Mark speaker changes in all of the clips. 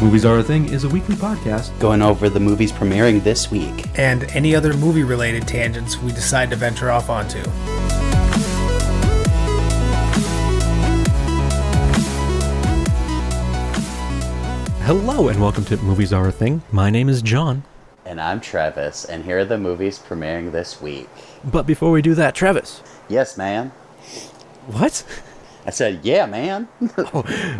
Speaker 1: Movies Are a Thing is a weekly podcast.
Speaker 2: going over the movies premiering this week.
Speaker 3: and any other movie related tangents we decide to venture off onto.
Speaker 1: Hello and welcome to Movies Are a Thing. My name is John.
Speaker 2: And I'm Travis, and here are the movies premiering this week.
Speaker 1: But before we do that, Travis.
Speaker 2: Yes, man.
Speaker 1: What?
Speaker 2: I said, yeah, man.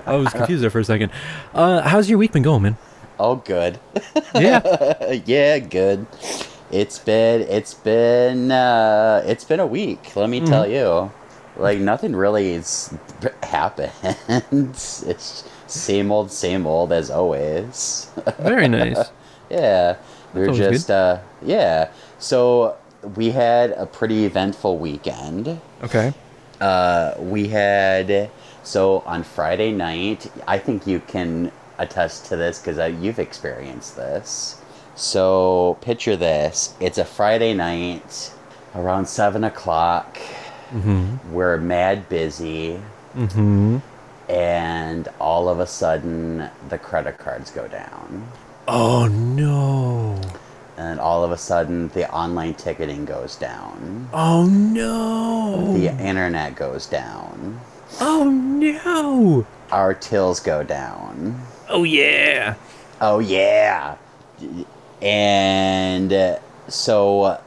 Speaker 1: I was confused there for a second. Uh, how's your week been going, man?
Speaker 2: oh, good.
Speaker 1: Yeah.
Speaker 2: yeah, good. It's been, it's been, uh, it's been a week. Let me
Speaker 1: Mm-hmm.
Speaker 2: tell you, like nothing really has happened. it's same old, same old as always.
Speaker 1: Very nice.
Speaker 2: Yeah, we are
Speaker 1: always good.
Speaker 2: just uh, yeah. So we had a pretty eventful weekend.
Speaker 1: Okay.
Speaker 2: Uh, we had so on Friday night. I think you can attest to this because uh, you've experienced this. So picture this: it's a Friday night around seven o'clock.
Speaker 1: Mm-hmm.
Speaker 2: We're mad busy,
Speaker 1: Mm-hmm.
Speaker 2: and all of a sudden the credit cards go down.
Speaker 1: Oh no.
Speaker 2: and all of a sudden the online ticketing goes down
Speaker 1: Oh no.
Speaker 2: the internet goes down
Speaker 1: Oh no.
Speaker 2: our tills go down
Speaker 1: Oh yeah.
Speaker 2: oh yeah and uh, so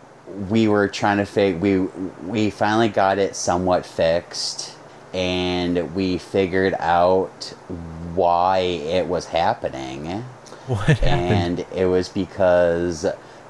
Speaker 2: we were trying to fig we we finally got it somewhat fixed and we figured out why it was happening
Speaker 1: What happened?
Speaker 2: and it was because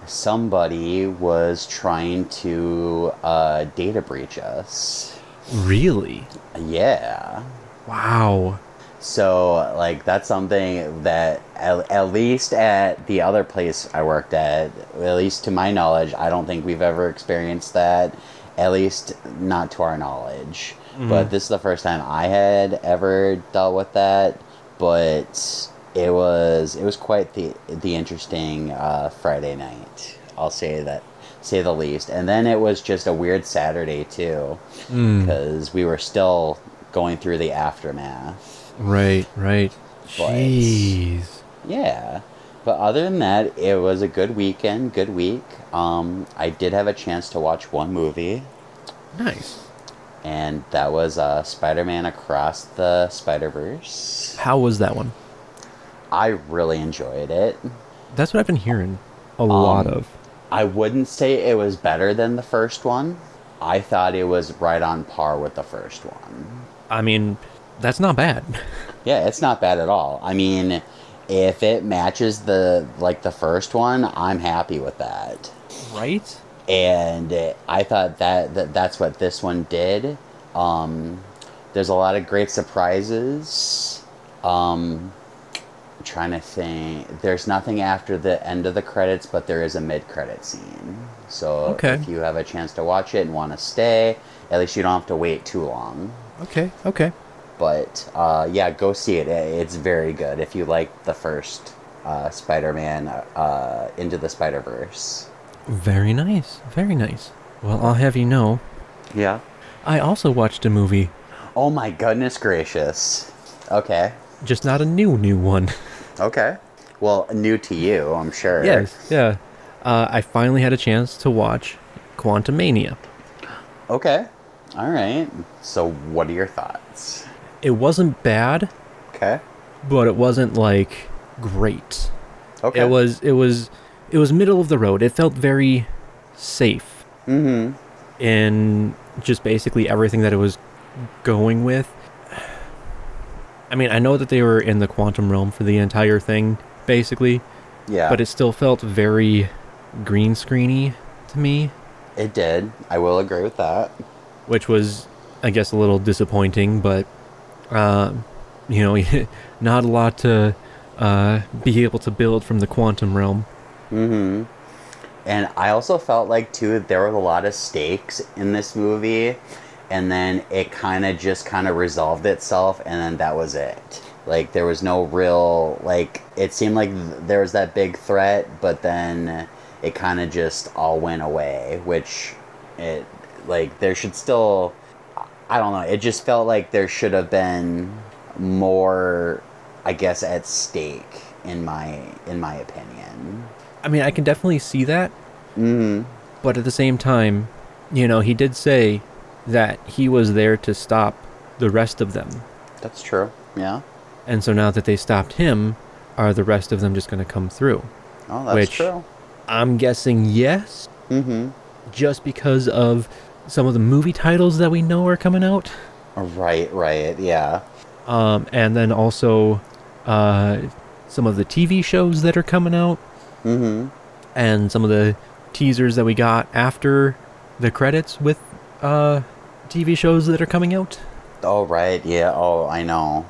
Speaker 2: somebody was trying to uh, data breach us.
Speaker 1: Really?
Speaker 2: Yeah.
Speaker 1: Wow.
Speaker 2: So, like, that's something that, at, at least at the other place I worked at, at least to my knowledge, I don't think we've ever experienced that. At least not to our knowledge. But this is the first time I had ever dealt with that. But it was it was quite the the interesting uh, Friday night. I'll say that say the least. And then it was just a weird Saturday too, because we were still going through the aftermath.
Speaker 1: Right, right.
Speaker 2: But-
Speaker 1: Jeez.
Speaker 2: Yeah. But other than that, it was a good weekend, good week. Um, I did have a chance to watch one movie,
Speaker 1: Nice.
Speaker 2: and that was uh, Spider Man Across the Spider Verse.
Speaker 1: How was that one?
Speaker 2: I really enjoyed it.
Speaker 1: That's what I've been hearing a lot of.
Speaker 2: I wouldn't say it was better than the first one. I thought it was right on par with the first one.
Speaker 1: I mean, that's not bad.
Speaker 2: Yeah, it's not bad at all. I mean, if it matches the like the first one, I'm happy with that.
Speaker 1: Right?
Speaker 2: and uh, I thought that, that that's what this one did. Um, there's a lot of great surprises. Um, I'm trying to think, there's nothing after the end of the credits, but there is a mid-credit scene. So
Speaker 1: Okay.
Speaker 2: if you have a chance to watch it and want to stay, at least you don't have to wait too long.
Speaker 1: Okay, okay.
Speaker 2: But uh, yeah, go see it. I- It's very good if you like the first uh, Spider-Man uh, Into the Spider-Verse.
Speaker 1: Very nice, very nice. Well, I'll have you know,
Speaker 2: Yeah.
Speaker 1: I also watched a movie,
Speaker 2: Oh my goodness gracious. Okay.
Speaker 1: just not a new, new one.
Speaker 2: Okay. Well, new to you, I'm sure.
Speaker 1: yeah. Uh, I finally had a chance to watch Quantumania.
Speaker 2: Okay. All right. So, what are your thoughts?
Speaker 1: It wasn't bad,
Speaker 2: Okay.
Speaker 1: but it wasn't like great.
Speaker 2: Okay.
Speaker 1: It was it was it was middle of the road. It felt very safe
Speaker 2: Mm-hmm.
Speaker 1: in just basically everything that it was going with. I mean, I know that they were in the quantum realm for the entire thing, basically,
Speaker 2: Yeah.
Speaker 1: but it still felt very green screeny to me,
Speaker 2: it did. I will agree with that.
Speaker 1: which was, I guess, a little disappointing. But uh, you know, not a lot to uh, be able to build from the quantum realm.
Speaker 2: Mm-hmm. And I also felt like too there were a lot of stakes in this movie, and then it kind of just kind of resolved itself, and then that was it. Like there was no real like it seemed like th- there was that big threat, but then it kind of just all went away. Which it like there should still I don't know. It just felt like there should have been more, I guess, at stake in my in my opinion.
Speaker 1: I mean, I can definitely see that,
Speaker 2: hmm
Speaker 1: but at the same time, you know, he did say that he was there to stop the rest of them.
Speaker 2: That's true. Yeah.
Speaker 1: And so now that they stopped him, are the rest of them just going to come through?
Speaker 2: Oh, that's
Speaker 1: Which-
Speaker 2: true.
Speaker 1: I'm guessing yes,
Speaker 2: Mm-hmm.
Speaker 1: just because of some of the movie titles that we know are coming out.
Speaker 2: Right. Right. Yeah.
Speaker 1: Um, and then also uh, some of the TV shows that are coming out
Speaker 2: Mm-hmm.
Speaker 1: and some of the teasers that we got after the credits with uh, TV shows that are coming out.
Speaker 2: Oh, right. Yeah. Oh, I know.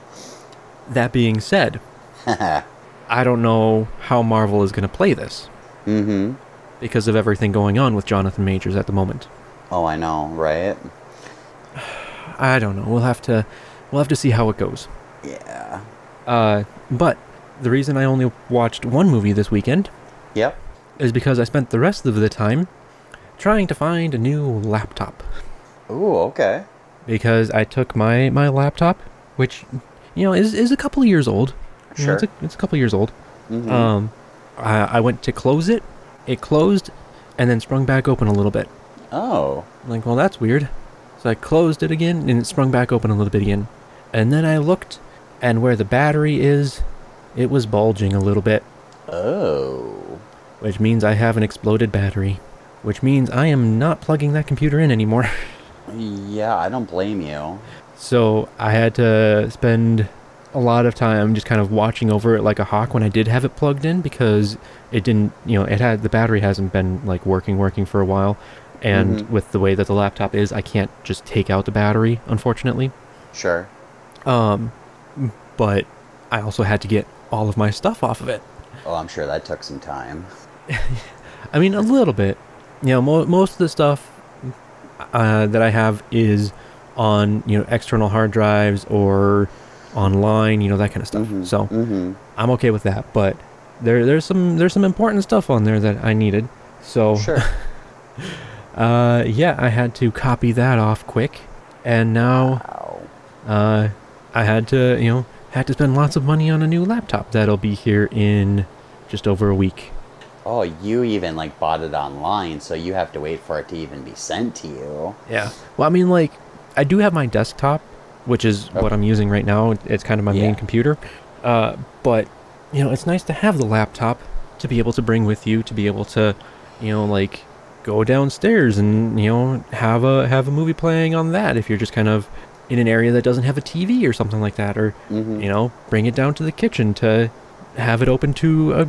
Speaker 1: That being said, I don't know how Marvel is going to play this
Speaker 2: mm-hmm.
Speaker 1: because of everything going on with Jonathan Majors at the moment.
Speaker 2: Oh, I know. Right.
Speaker 1: I don't know. We'll have to we'll have to see how it goes.
Speaker 2: Yeah.
Speaker 1: Uh, but the reason I only watched one movie this weekend
Speaker 2: Yep.
Speaker 1: is because I spent the rest of the time trying to find a new laptop
Speaker 2: Ooh. Okay.
Speaker 1: because I took my my laptop, which you know is is a couple of years old. You know, it's,
Speaker 2: Sure.
Speaker 1: a, it's a couple of years old.
Speaker 2: hmm
Speaker 1: Um, I, I went to close it. It closed, and then sprung back open a little bit.
Speaker 2: oh.
Speaker 1: I'm like, well, that's weird. So I closed it again, and it sprung back open a little bit again. And then I looked, and where the battery is, it was bulging a little bit,
Speaker 2: Oh.
Speaker 1: which means I have an exploded battery. Which means I am not plugging that computer in anymore.
Speaker 2: Yeah. I don't blame you.
Speaker 1: So I had to spend a lot of time just kind of watching over it like a hawk when I did have it plugged in because it didn't, you know, it had the battery hasn't been like working working for a while and
Speaker 2: Mhm.
Speaker 1: with the way that the laptop is, I can't just take out the battery unfortunately.
Speaker 2: Sure.
Speaker 1: Um but I also had to get all of my stuff off of it.
Speaker 2: Oh, I'm sure that took some time.
Speaker 1: I mean, a little bit. You know, mo- most of the stuff uh, that I have is on you know external hard drives or online, you know that kind of stuff.
Speaker 2: Mhm,
Speaker 1: So
Speaker 2: mhm.
Speaker 1: I'm okay with that. But there there's some there's some important stuff on there that I needed. So
Speaker 2: Sure.
Speaker 1: uh, yeah, I had to copy that off quick, and now
Speaker 2: Wow.
Speaker 1: uh, I had to you know had to spend lots of money on a new laptop that'll be here in just over a week.
Speaker 2: Oh, you even like bought it online, so you have to wait for it to even be sent to you.
Speaker 1: Yeah. Well, I mean, like, I do have my desktop, which is what
Speaker 2: Okay.
Speaker 1: I'm using right now. It's kind of my main
Speaker 2: Yeah.
Speaker 1: computer. Uh, but, you know, it's nice to have the laptop to be able to bring with you, to be able to, you know, like, go downstairs and you know have a have a movie playing on that if you're just kind of in an area that doesn't have a TV or something like that or
Speaker 2: Mhm.
Speaker 1: you know bring it down to the kitchen to have it open to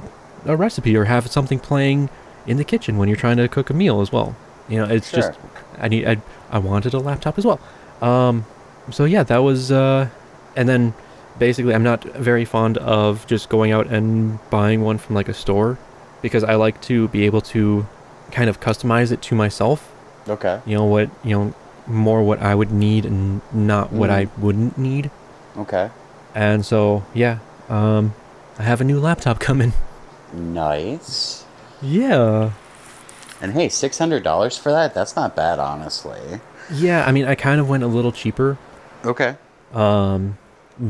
Speaker 1: a, a recipe or have something playing in the kitchen when you're trying to cook a meal as well you know it's just
Speaker 2: Sure.
Speaker 1: I need I, I wanted a laptop as well. Um, so yeah, that was uh, and then basically I'm not very fond of just going out and buying one from like a store because I like to be able to kind of customize it to myself.
Speaker 2: Okay.
Speaker 1: You know what you know more what I would need and not what I wouldn't need.
Speaker 2: Okay.
Speaker 1: And so yeah, um, I have a new laptop coming.
Speaker 2: Nice.
Speaker 1: Yeah.
Speaker 2: And hey, six hundred dollars for that? That's not bad, honestly.
Speaker 1: Yeah, I mean I kind of went a little cheaper
Speaker 2: Okay.
Speaker 1: um,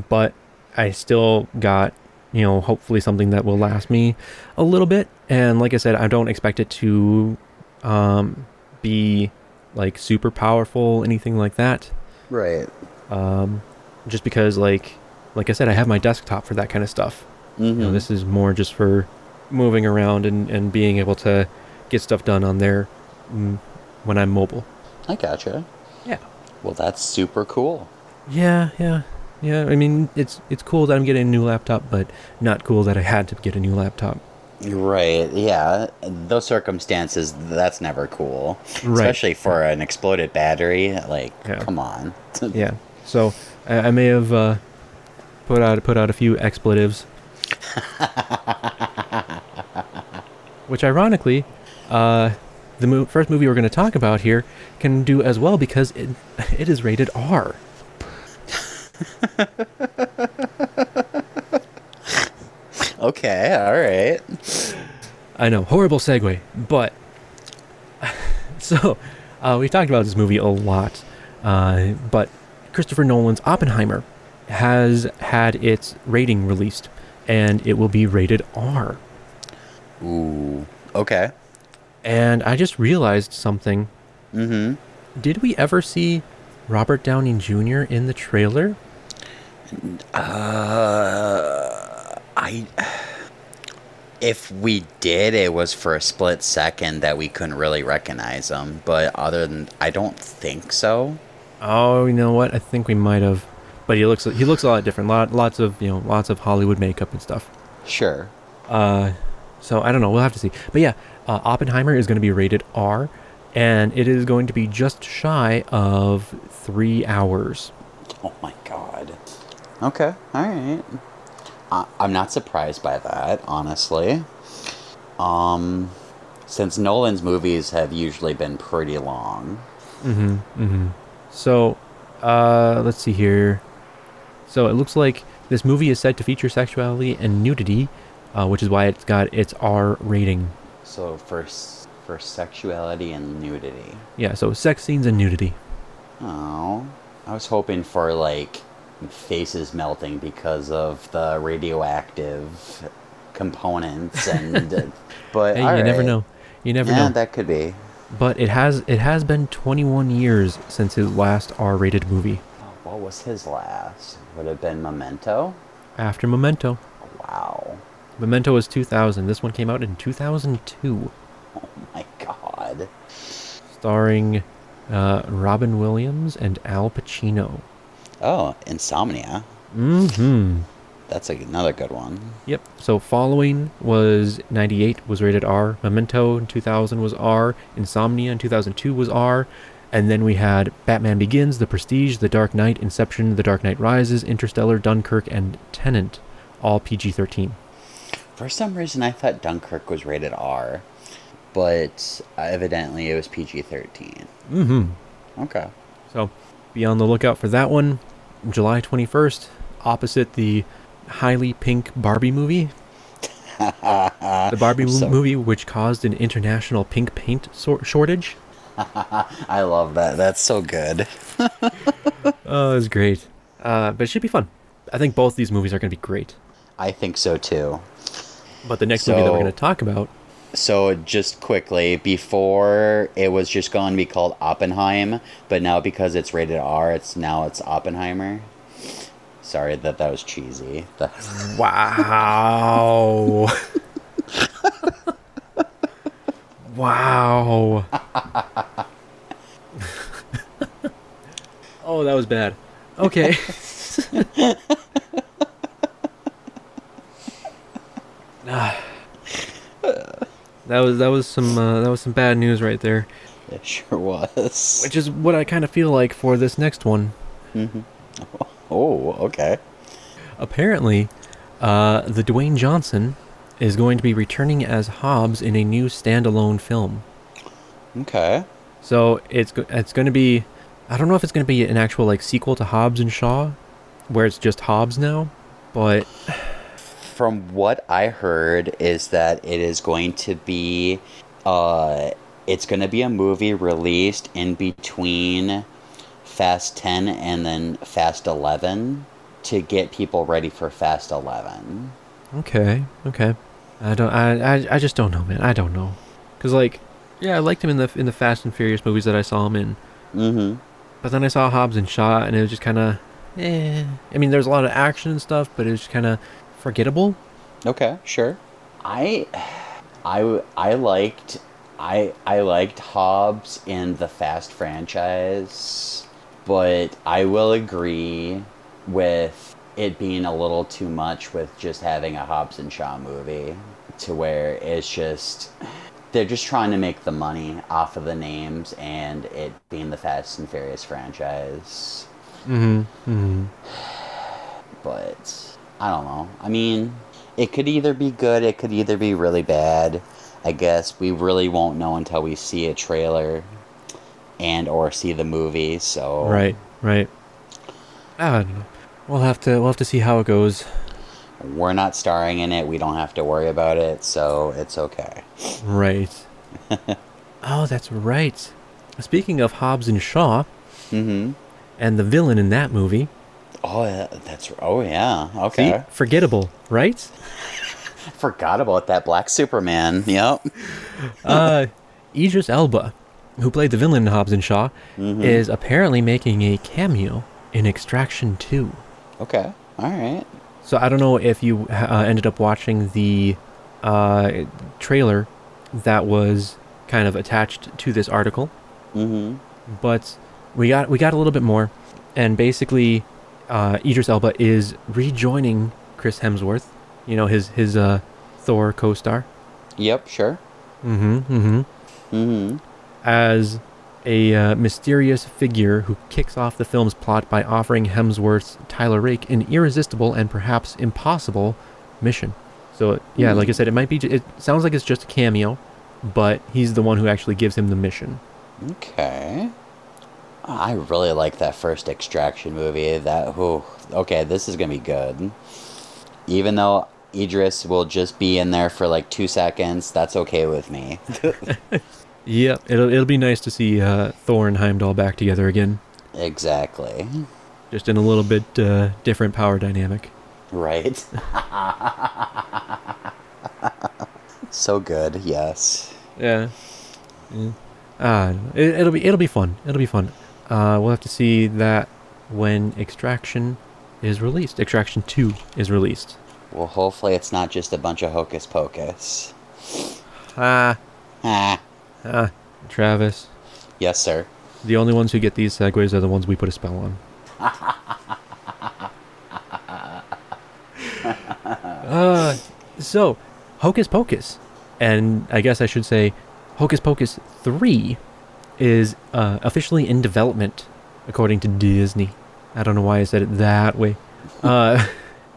Speaker 1: but I still got you know hopefully something that will last me a little bit. And like I said, I don't expect it to um, be like super powerful, anything like that.
Speaker 2: Right.
Speaker 1: Um, just because like like I said, I have my desktop for that kind of stuff.
Speaker 2: Mm-hmm.
Speaker 1: You know, this is more just for moving around and, and being able to get stuff done on there mm, when I'm mobile.
Speaker 2: I gotcha.
Speaker 1: Yeah.
Speaker 2: Well, that's super cool.
Speaker 1: Yeah, yeah, yeah. I mean, it's it's cool that I'm getting a new laptop, but not cool that I had to get a new laptop.
Speaker 2: Right. Yeah. Those circumstances, that's never cool.
Speaker 1: Right.
Speaker 2: Especially for an exploded battery. Like,
Speaker 1: Yeah.
Speaker 2: come on.
Speaker 1: Yeah. So I, I may have uh, put out put out a few expletives, which ironically, uh, the mo- first movie we're going to talk about here can do as well because it it is rated R.
Speaker 2: Okay. All right.
Speaker 1: I know, horrible segue, but so uh, we've talked about this movie a lot, uh, but Christopher Nolan's Oppenheimer has had its rating released, and it will be rated R.
Speaker 2: Ooh. Okay.
Speaker 1: And I just realized something.
Speaker 2: Mm-hmm.
Speaker 1: Did we ever see Robert Downey Jr. in the trailer?
Speaker 2: Uh, I. If we did, it was for a split second that we couldn't really recognize him. But other than, I don't think so.
Speaker 1: Oh, you know what? I think we might have. But he looks he looks a lot different. Lot, lots of you know lots of Hollywood makeup and stuff.
Speaker 2: Sure.
Speaker 1: Uh, so I don't know. We'll have to see. But yeah, uh, Oppenheimer is going to be rated R, and it is going to be just shy of three hours.
Speaker 2: Oh my god. Okay. All right. I, I'm not surprised by that, honestly. Um, since Nolan's movies have usually been pretty long.
Speaker 1: Mm-hmm. Mm-hmm. So, uh, let's see here. So it looks like this movie is said to feature sexuality and nudity, uh, which is why it's got its R rating.
Speaker 2: So for s- for sexuality and nudity.
Speaker 1: Yeah. So sex scenes and nudity.
Speaker 2: Oh, I was hoping for like faces melting because of the radioactive components and uh, but
Speaker 1: Hey,
Speaker 2: all
Speaker 1: you never
Speaker 2: right.
Speaker 1: know. You never
Speaker 2: yeah,
Speaker 1: know.
Speaker 2: that could be.
Speaker 1: but it has it has been 21 years since his last R-rated movie.
Speaker 2: Oh, what was his last? Would it have been Memento?
Speaker 1: After Memento.
Speaker 2: Wow.
Speaker 1: Memento was 2000. This one came out in 2002,
Speaker 2: My god.
Speaker 1: starring uh, Robin Williams and Al Pacino.
Speaker 2: Oh, Insomnia.
Speaker 1: Mm-hmm.
Speaker 2: That's a, another good one.
Speaker 1: Yep. So following was 98 was rated R. Memento in 2000 was R. Insomnia in 2002 was R. And then we had Batman Begins, The Prestige, The Dark Knight, Inception, The Dark Knight Rises, Interstellar, Dunkirk, and Tenant, all PG-13.
Speaker 2: For some reason, I thought Dunkirk was rated R, but evidently it was PG 13.
Speaker 1: Mm-hmm.
Speaker 2: Okay.
Speaker 1: So be on the lookout for that one. July 21st, opposite the highly pink Barbie movie. the Barbie
Speaker 2: so-
Speaker 1: movie, which caused an international pink paint sor- shortage.
Speaker 2: I love that. That's so good.
Speaker 1: Oh, it was great. Uh, but it should be fun. I think both these movies are going to be great.
Speaker 2: I think so too.
Speaker 1: But the next movie that we're
Speaker 2: So-
Speaker 1: going to talk about,
Speaker 2: So, just quickly, before it was just going to be called Oppenheim, but now because it's rated R, it's now it's Oppenheimer. Sorry that that was cheesy. That's-
Speaker 1: wow, wow. oh, that was bad. Okay. Ah. that was that was some uh, that was some bad news right there.
Speaker 2: it sure was.
Speaker 1: which is what I kind of feel like for this next one.
Speaker 2: Oh, okay.
Speaker 1: Apparently, uh, the Dwayne Johnson is going to be returning as Hobbs in a new standalone film.
Speaker 2: Okay.
Speaker 1: So it's go- it's going to be, I don't know if it's going to be an actual like sequel to Hobbs and Shaw, where it's just Hobbs now, but
Speaker 2: from what I heard is that it is going to be uh it's going to be a movie released in between Fast 10 and then Fast 11 to get people ready for Fast 11.
Speaker 1: okay, okay. I don't, I, I, I just don't know, man. I don't know, cause like, yeah, I liked him in the in the Fast and Furious movies that I saw him in.
Speaker 2: Mhm.
Speaker 1: But then I saw Hobbs and Shaw, and it was just kind of, eh. I mean, there's a lot of action and stuff, but it was just kind of forgettable.
Speaker 2: Okay, sure. I I w- I liked I I liked Hobbs in the Fast franchise, but I will agree with it being a little too much with just having a Hobbs and Shaw movie to where it's just they're just trying to make the money off of the names and it being the Fast and Furious franchise. But I don't know. I mean, it could either be good, it could either be really bad. I guess we really won't know until we see a trailer and or see the movie. So
Speaker 1: Right, right. I don't know. We'll have to we'll have to see how it goes.
Speaker 2: we're not starring in it. We don't have to worry about it, so it's okay.
Speaker 1: Right. oh, that's right. Speaking of Hobbs and Shaw,
Speaker 2: Mhm.
Speaker 1: and the villain in that movie,
Speaker 2: Oh, yeah, that's oh yeah. Okay,
Speaker 1: See? Forgettable, right?
Speaker 2: forgot about that Black Superman. Yep.
Speaker 1: uh, Idris Elba, who played the villain in Hobbs and Shaw, is apparently making a cameo in Extraction 2.
Speaker 2: Okay. All right.
Speaker 1: So I don't know if you uh, ended up watching the uh, trailer that was kind of attached to this article,
Speaker 2: Mm-hmm.
Speaker 1: but we got we got a little bit more, and basically, uh, Idris Elba is rejoining Chris Hemsworth, you know his his uh, Thor co-star.
Speaker 2: Yep. Sure.
Speaker 1: Mm-hmm. Mm-hmm.
Speaker 2: Mm-hmm.
Speaker 1: as a uh, mysterious figure who kicks off the film's plot by offering Hemsworth's Tyler Rake an irresistible and perhaps impossible mission. So yeah, like I said, it might be. ju- It sounds like it's just a cameo, but he's the one who actually gives him the mission.
Speaker 2: Okay. Ah, I really like that first Extraction movie. That who? Okay, this is gonna be good. Even though Idris will just be in there for like two seconds, that's okay with me.
Speaker 1: Yeah, it'll it'll be nice to see uh, Thor and Heimdall back together again,
Speaker 2: exactly.
Speaker 1: just in a little bit uh, different power dynamic.
Speaker 2: Right. so good. Yes.
Speaker 1: Yeah. Uh, it, it'll be it'll be fun. It'll be fun. Uh, we'll have to see that when Extraction is released. Extraction Two is released.
Speaker 2: Well, hopefully it's not just a bunch of hocus pocus.
Speaker 1: Ah,
Speaker 2: Ah,
Speaker 1: ah, Travis.
Speaker 2: yes, sir.
Speaker 1: The only ones who get these segues are the ones we put a spell on. uh, so, Hocus Pocus, and I guess I should say Hocus Pocus 3 is uh, officially in development, according to Disney. I don't know why I said it that way. Uh,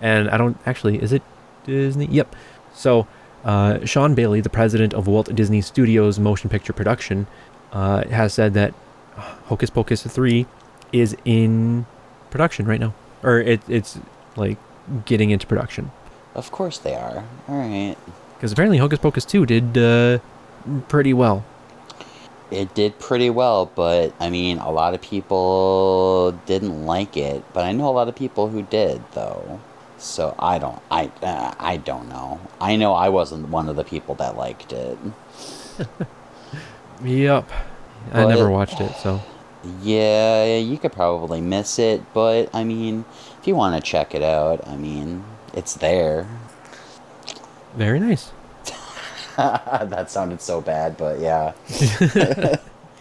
Speaker 1: and I don't actually, is it Disney? Yep. So, uh, Sean Bailey, the president of Walt Disney Studios Motion Picture Production, uh, has said that Hocus Pocus 3 is in production right now. Or it, it's like getting into production.
Speaker 2: Of course they are. All right.
Speaker 1: Because apparently Hocus Pocus 2 did uh, pretty well.
Speaker 2: It did pretty well, but I mean, a lot of people didn't like it, but I know a lot of people who did though. So I don't I uh, I don't know. I know I wasn't one of the people that liked it.
Speaker 1: Yep. I
Speaker 2: Well,
Speaker 1: never
Speaker 2: it-
Speaker 1: watched it, so.
Speaker 2: Yeah, you could probably miss it, but I mean, if you want to check it out, I mean, it's there.
Speaker 1: Very nice.
Speaker 2: that sounded so bad, but yeah.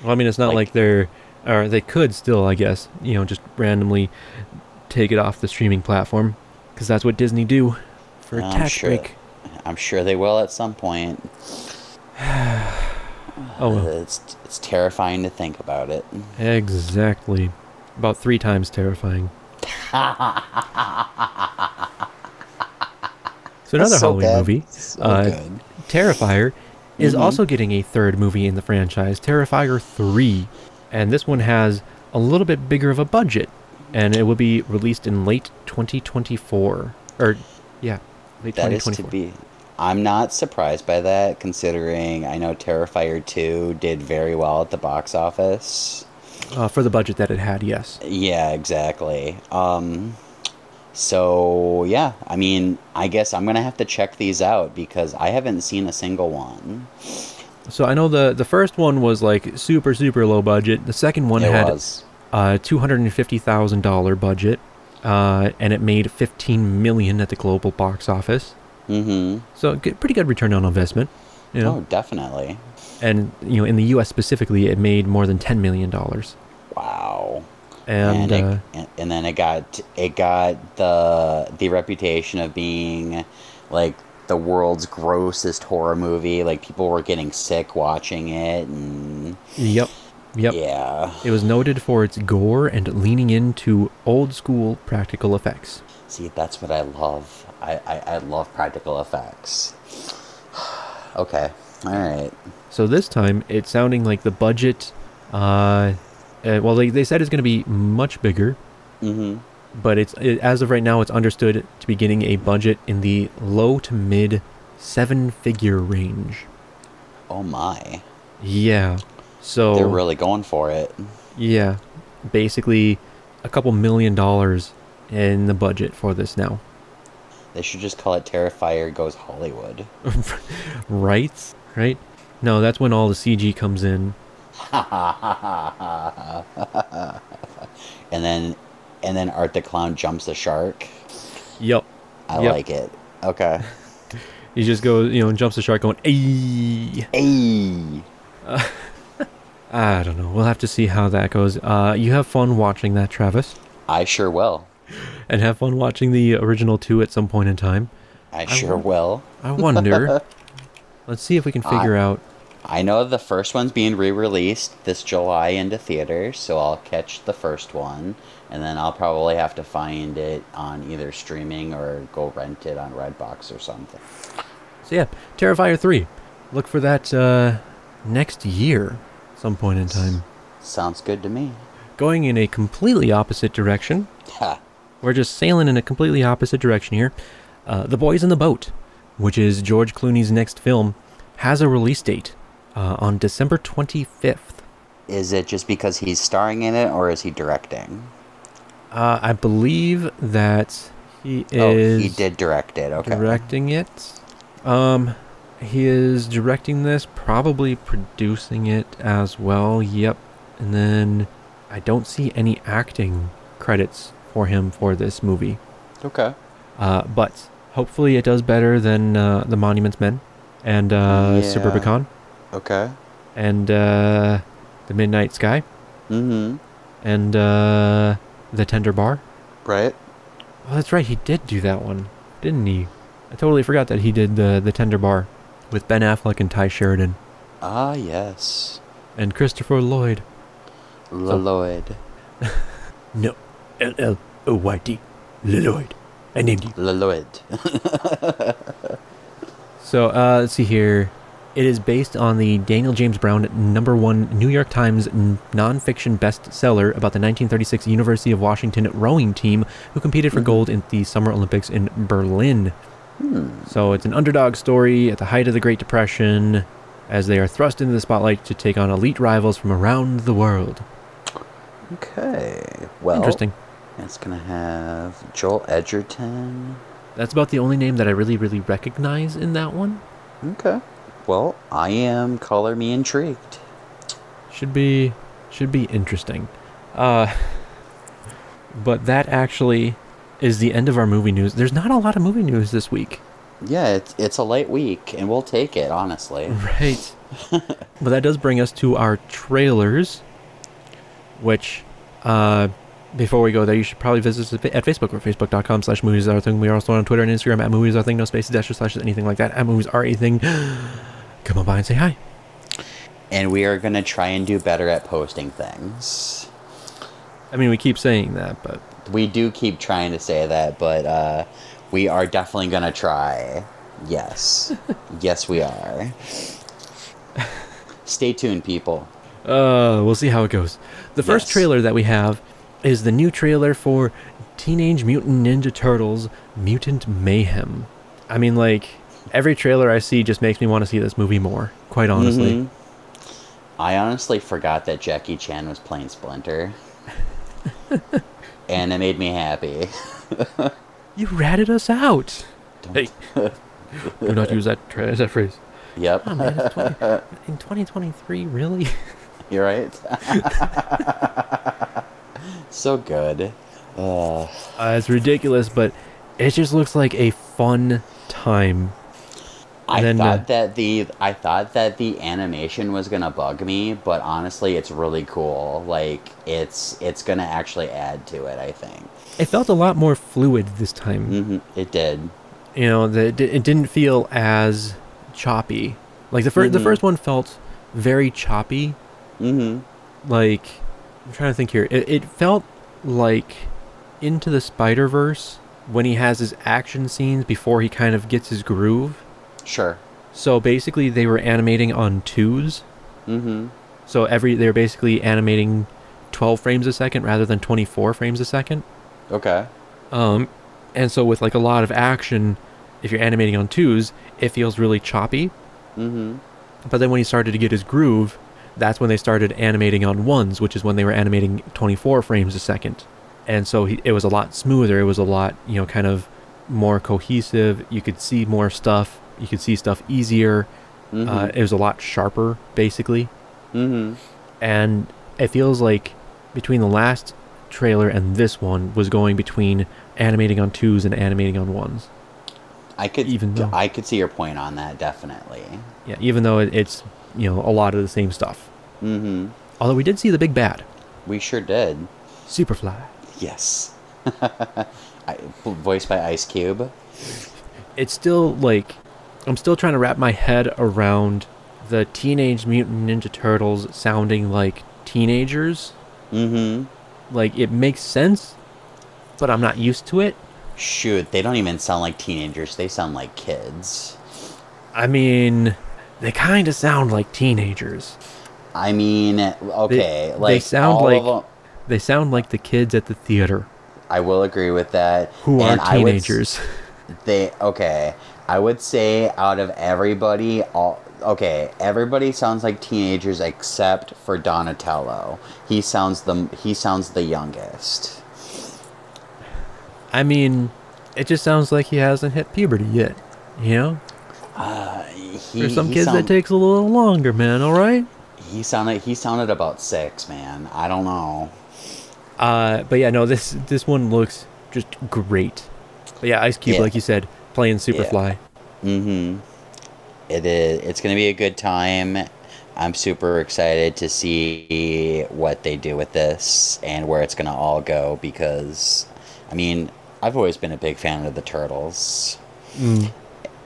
Speaker 1: Well, I mean, it's not like,
Speaker 2: Like-
Speaker 1: they're, or they could still, I guess, you know, just randomly take it off the streaming platform, because that's what Disney do for a
Speaker 2: Oh, I'm
Speaker 1: tax
Speaker 2: sure-
Speaker 1: break.
Speaker 2: I'm sure they will at some point.
Speaker 1: Oh, well,
Speaker 2: It's it's terrifying to think about it.
Speaker 1: exactly. About three times terrifying. so another
Speaker 2: That's so
Speaker 1: Halloween
Speaker 2: bad.
Speaker 1: movie,
Speaker 2: So
Speaker 1: uh,
Speaker 2: good. Mm-hmm.
Speaker 1: Terrifier, is also getting a third movie in the franchise, Terrifier 3. And this one has a little bit bigger of a budget, and it will be released in late 2024. Or, yeah, late
Speaker 2: That is to
Speaker 1: 2024.
Speaker 2: be. I'm not surprised by that, considering I know Terrifier 2 did very well at the box office.
Speaker 1: Uh, for the budget that it had, yes.
Speaker 2: Yeah, exactly. Um, so, yeah, I mean, I guess I'm going to have to check these out because I haven't seen a single one.
Speaker 1: So I know the, the first one was like super, super low budget. The second one
Speaker 2: it
Speaker 1: had
Speaker 2: was.
Speaker 1: a $250,000 budget, uh, and it made $15 million at the global box office.
Speaker 2: Mm hmm.
Speaker 1: So good, pretty good return on investment. You know?
Speaker 2: Oh, definitely.
Speaker 1: and you know in the U.S. specifically, it made more than ten million dollars.
Speaker 2: Wow.
Speaker 1: And
Speaker 2: it-
Speaker 1: uh,
Speaker 2: and- and then it got it got the the reputation of being like the world's grossest horror movie. Like people were getting sick watching it, and
Speaker 1: yep, yep,
Speaker 2: yeah.
Speaker 1: it was noted for its gore and leaning into old school practical effects.
Speaker 2: See, that's what I love. I I, I love practical effects. okay, all right.
Speaker 1: So this time, it's sounding like the budget. Uh, uh, well, they, they said it's going to be much bigger,
Speaker 2: Mm-hmm.
Speaker 1: but it's it, as of right now, it's understood to be getting a budget in the low to mid seven figure range.
Speaker 2: Oh my,
Speaker 1: Yeah. So
Speaker 2: they're really going for it.
Speaker 1: Yeah, basically a couple million dollars in the budget for this now,
Speaker 2: They should just call it Terrifier Goes Hollywood.
Speaker 1: right? Right? No, that's when all the CG comes in.
Speaker 2: And then and then Art the Clown jumps the shark.
Speaker 1: Yep.
Speaker 2: I
Speaker 1: Yep.
Speaker 2: like it. Okay.
Speaker 1: He just goes, you know, jumps the shark, going, "Ayy."
Speaker 2: Ayy.
Speaker 1: I don't know. We'll have to see how that goes. Uh, you have fun watching that, Travis,
Speaker 2: I sure will.
Speaker 1: and have fun watching the original two at some point in time.
Speaker 2: I sure will.
Speaker 1: I wonder. let's see if we can figure out.
Speaker 2: I know the first one's being re-released this July into theaters, so I'll catch the first one, and then I'll probably have to find it on either streaming or go rent it on Redbox or something.
Speaker 1: So yeah, Terrifier three. Look for that uh, next year, some point in time.
Speaker 2: Sounds good to me.
Speaker 1: Going in a completely opposite direction.
Speaker 2: Ha.
Speaker 1: We're just sailing in a completely opposite direction here. Uh, the Boys in the Boat, which is George Clooney's next film, has a release date uh, on December twenty fifth.
Speaker 2: Is it just because he's starring in it, or is he directing?
Speaker 1: Uh, I believe that he is.
Speaker 2: oh, he did direct it. Okay.
Speaker 1: directing it. Um, he is directing this, probably producing it as well. Yep. And then I don't see any acting credits for him for this movie.
Speaker 2: Okay.
Speaker 1: Uh, but hopefully it does better than uh, The Monuments Men and uh,
Speaker 2: Yeah.
Speaker 1: Suburbicon
Speaker 2: Okay.
Speaker 1: and uh, The Midnight Sky
Speaker 2: Mm-hmm.
Speaker 1: and uh, The Tender Bar.
Speaker 2: Right.
Speaker 1: Oh, that's right. He did do that one, didn't he? I totally forgot that he did the the Tender Bar with Ben Affleck and Ty Sheridan
Speaker 2: Ah, yes.
Speaker 1: and Christopher Lloyd.
Speaker 2: Lloyd.
Speaker 1: No, L L O Y D, Lloyd. I named you.
Speaker 2: Lloyd.
Speaker 1: So uh, let's see here. It is based on the Daniel James Brown number one New York Times n- nonfiction bestseller about the 1936 University of Washington rowing team who competed for gold in the Summer Olympics in Berlin. So it's an underdog story at the height of the Great Depression as they are thrust into the spotlight to take on elite rivals from around the world.
Speaker 2: okay. Well.
Speaker 1: Interesting.
Speaker 2: It's gonna have Joel Edgerton.
Speaker 1: That's about the only name that I really, really recognize in that one.
Speaker 2: Okay. Well, I am color me intrigued.
Speaker 1: should be should be interesting uh but that actually is the end of our movie news there's not a lot of movie news this week
Speaker 2: Yeah, it's it's a light week, and we'll take it honestly.
Speaker 1: right but that does bring us to our trailers which uh before we go there, you should probably visit us at fa- at Facebook or facebook.com slash movies are a thing. We are also on Twitter and Instagram at movies are a thing, no spaces, dashes, slashes, anything like that. At movies are a thing. Come on by and say hi.
Speaker 2: And we are gonna try and do better at posting things.
Speaker 1: I mean, we keep saying that, but
Speaker 2: We do keep trying to say that, but uh, we are definitely gonna try. Yes, yes, we are. Stay tuned, people.
Speaker 1: Uh, we'll see how it goes. The first
Speaker 2: Yes.
Speaker 1: trailer that we have is the new trailer for Teenage Mutant Ninja Turtles: Mutant Mayhem. I mean, like every trailer I see just makes me want to see this movie more. Quite honestly,
Speaker 2: Mhm. I honestly forgot that Jackie Chan was playing Splinter. and it made me happy.
Speaker 1: you ratted us out.
Speaker 2: Don't-
Speaker 1: Hey, do not use that tra- that phrase.
Speaker 2: Yep.
Speaker 1: Oh, man, it's 20 in 2023, really?
Speaker 2: You're right. so good. Uh,
Speaker 1: Uh, it's ridiculous, but it just looks like a fun time.
Speaker 2: I
Speaker 1: Then,
Speaker 2: thought
Speaker 1: uh,
Speaker 2: that the I thought that the animation was gonna bug me, but honestly, it's really cool. Like it's it's gonna actually add to it. I think.
Speaker 1: It felt a lot more fluid this time.
Speaker 2: hmm It did.
Speaker 1: you know the, it di- it didn't feel as choppy like the 1st the
Speaker 2: Mhm.
Speaker 1: first one felt very choppy
Speaker 2: hmm
Speaker 1: like i'm trying to think here it, it felt like into the spider verse when he has his action scenes before he kind of gets his groove
Speaker 2: Sure.
Speaker 1: so basically they were animating on twos
Speaker 2: hmm
Speaker 1: so every they were basically animating 12 frames a second rather than 24 frames a second
Speaker 2: Okay.
Speaker 1: um, and so with like a lot of action if you're animating on twos it feels really choppy
Speaker 2: hmm
Speaker 1: But then when he started to get his groove, that's when they started animating on ones, which is when they were animating 24 frames a second. and so he, it was a lot smoother. It was a lot, you know, kind of more cohesive. You could see more stuff. You could see stuff easier. Uh, it was a lot sharper, basically.
Speaker 2: Mm-hmm.
Speaker 1: And it feels like between the last trailer and this one was going between animating on twos and animating on ones.
Speaker 2: I could
Speaker 1: Even though-
Speaker 2: I could see your point on that definitely.
Speaker 1: Yeah, even though it, it's you know a lot of the same stuff.
Speaker 2: Mm-hmm.
Speaker 1: Although we did see the big bad,
Speaker 2: We sure did.
Speaker 1: Superfly.
Speaker 2: Yes. I, voiced by Ice Cube.
Speaker 1: it's still like I'm still trying to wrap my head around the Teenage Mutant Ninja Turtles sounding like teenagers.
Speaker 2: Mm-hmm.
Speaker 1: Like it makes sense, but I'm not used to it.
Speaker 2: Shoot, they don't even sound like teenagers. They sound like kids.
Speaker 1: I mean, they kind of sound like teenagers.
Speaker 2: I mean, okay,
Speaker 1: they
Speaker 2: like
Speaker 1: sound
Speaker 2: all of
Speaker 1: like-
Speaker 2: them-
Speaker 1: They sound like the kids at the theater
Speaker 2: I will agree with that.
Speaker 1: who
Speaker 2: and
Speaker 1: are
Speaker 2: I would s-
Speaker 1: teenagers.
Speaker 2: they okay. I would say out of everybody, all okay, everybody sounds like teenagers except for Donatello. He sounds the he sounds the youngest.
Speaker 1: I mean, it just sounds like he hasn't hit puberty yet. You know,
Speaker 2: He,
Speaker 1: there's some
Speaker 2: he
Speaker 1: kids that
Speaker 2: sound-
Speaker 1: takes a little longer, man. All right.
Speaker 2: He sounded he sounded about six, man. I don't know.
Speaker 1: Uh, but yeah, no, this this one looks just great. But yeah, Ice Cube,
Speaker 2: Yeah.
Speaker 1: like you said, playing Superfly.
Speaker 2: Mm-hmm. It is. It's gonna be a good time. I'm super excited to see what they do with this and where it's gonna all go because, I mean, I've always been a big fan of the turtles, Mm.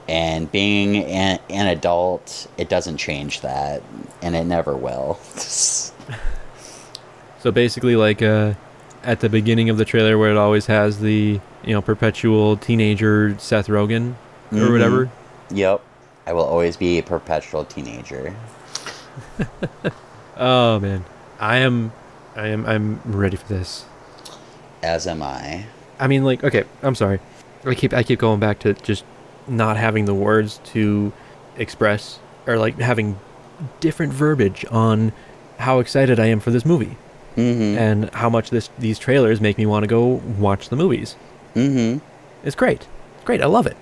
Speaker 2: and being an, an adult, it doesn't change that, and it never will.
Speaker 1: So basically, like uh, at the beginning of the trailer, where it always has the you know perpetual teenager Seth Rogen or
Speaker 2: Mhm.
Speaker 1: whatever.
Speaker 2: yep, I will always be a perpetual teenager.
Speaker 1: Oh man, I am, I am, I'm ready for this.
Speaker 2: As am I.
Speaker 1: I mean, like, okay, I'm sorry. I keep I keep going back to just not having the words to express or like having different verbiage on how excited I am for this movie
Speaker 2: Mm-hmm.
Speaker 1: and how much this these trailers make me want to go watch the movies.
Speaker 2: Mm-hmm.
Speaker 1: It's great. It's great. I love it.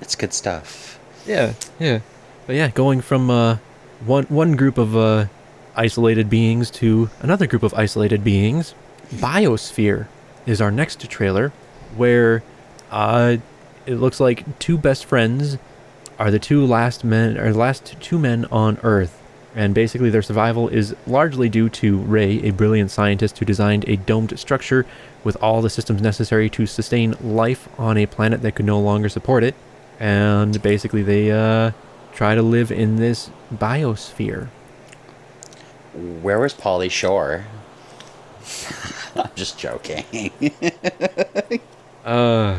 Speaker 2: It's good stuff.
Speaker 1: Yeah. Yeah. But yeah, going from uh, one one group of uh, isolated beings to another group of isolated beings, Biosphere is our next trailer, where uh, it looks like two best friends are the two last men or last two men on Earth, and basically their survival is largely due to Ray, a brilliant scientist who designed a domed structure with all the systems necessary to sustain life on a planet that could no longer support it, and basically they uh, try to live in this biosphere.
Speaker 2: Where was Polly Shore? I'm just joking.
Speaker 1: Uh,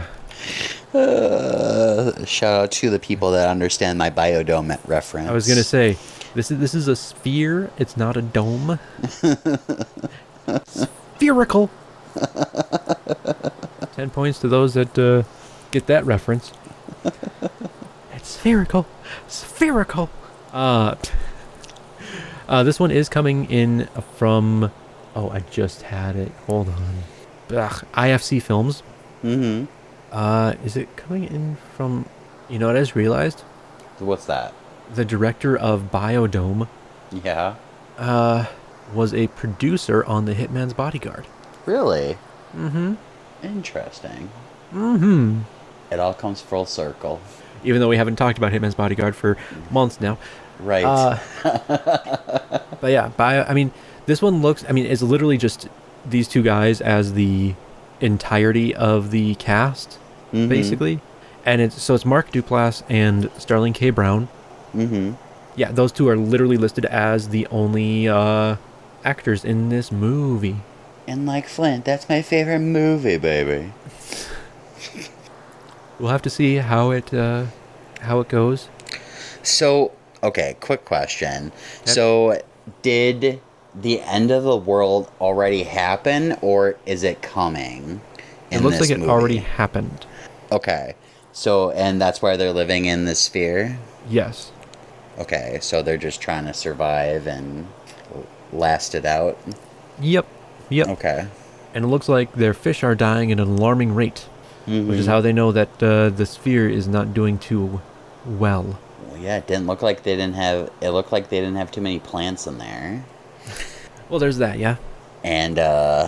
Speaker 2: Uh, shout out to the people that understand my biodome reference.
Speaker 1: I was gonna say, this is this is a sphere. It's not a dome. Spherical. Ten points to those that uh, get that reference. It's spherical, spherical. Uh, uh, this one is coming in from. Oh, I just had it. Hold on. Ugh, IFC Films.
Speaker 2: hmm
Speaker 1: Uh, is it coming in from? You know what I just realized?
Speaker 2: What's that?
Speaker 1: The director of Biodome
Speaker 2: Yeah.
Speaker 1: uh, was a producer on The Hitman's Bodyguard.
Speaker 2: Really?
Speaker 1: Mm-hmm.
Speaker 2: Interesting.
Speaker 1: Mm-hmm.
Speaker 2: It all comes full circle.
Speaker 1: Even though we haven't talked about Hitman's Bodyguard for months now.
Speaker 2: Right.
Speaker 1: Uh, but yeah, bio. I mean, this one looks. I mean, it's literally just these two guys as the entirety of the cast,
Speaker 2: Mhm.
Speaker 1: basically. And it's so it's Mark Duplass and Sterling K. Brown.
Speaker 2: mm-hmm.
Speaker 1: Yeah, those two are literally listed as the only uh, actors in this movie.
Speaker 2: And like Flint, that's my favorite movie, baby.
Speaker 1: We'll have to see how it uh, how it goes.
Speaker 2: So, okay, quick question. So, did the end of the world already happen, or is it coming?
Speaker 1: it looks like
Speaker 2: this
Speaker 1: it already
Speaker 2: movie?
Speaker 1: happened.
Speaker 2: Okay. So, and that's why they're living in this sphere?
Speaker 1: Yes.
Speaker 2: Okay, so they're just trying to survive and last it out?
Speaker 1: Yep. Yep.
Speaker 2: Okay.
Speaker 1: and it looks like their fish are dying at an alarming rate, which is how they know that uh, the sphere is not doing too well.
Speaker 2: Well, yeah, it didn't look like they didn't have. It looked like they didn't have too many plants in there.
Speaker 1: Well, there's that, yeah.
Speaker 2: and uh,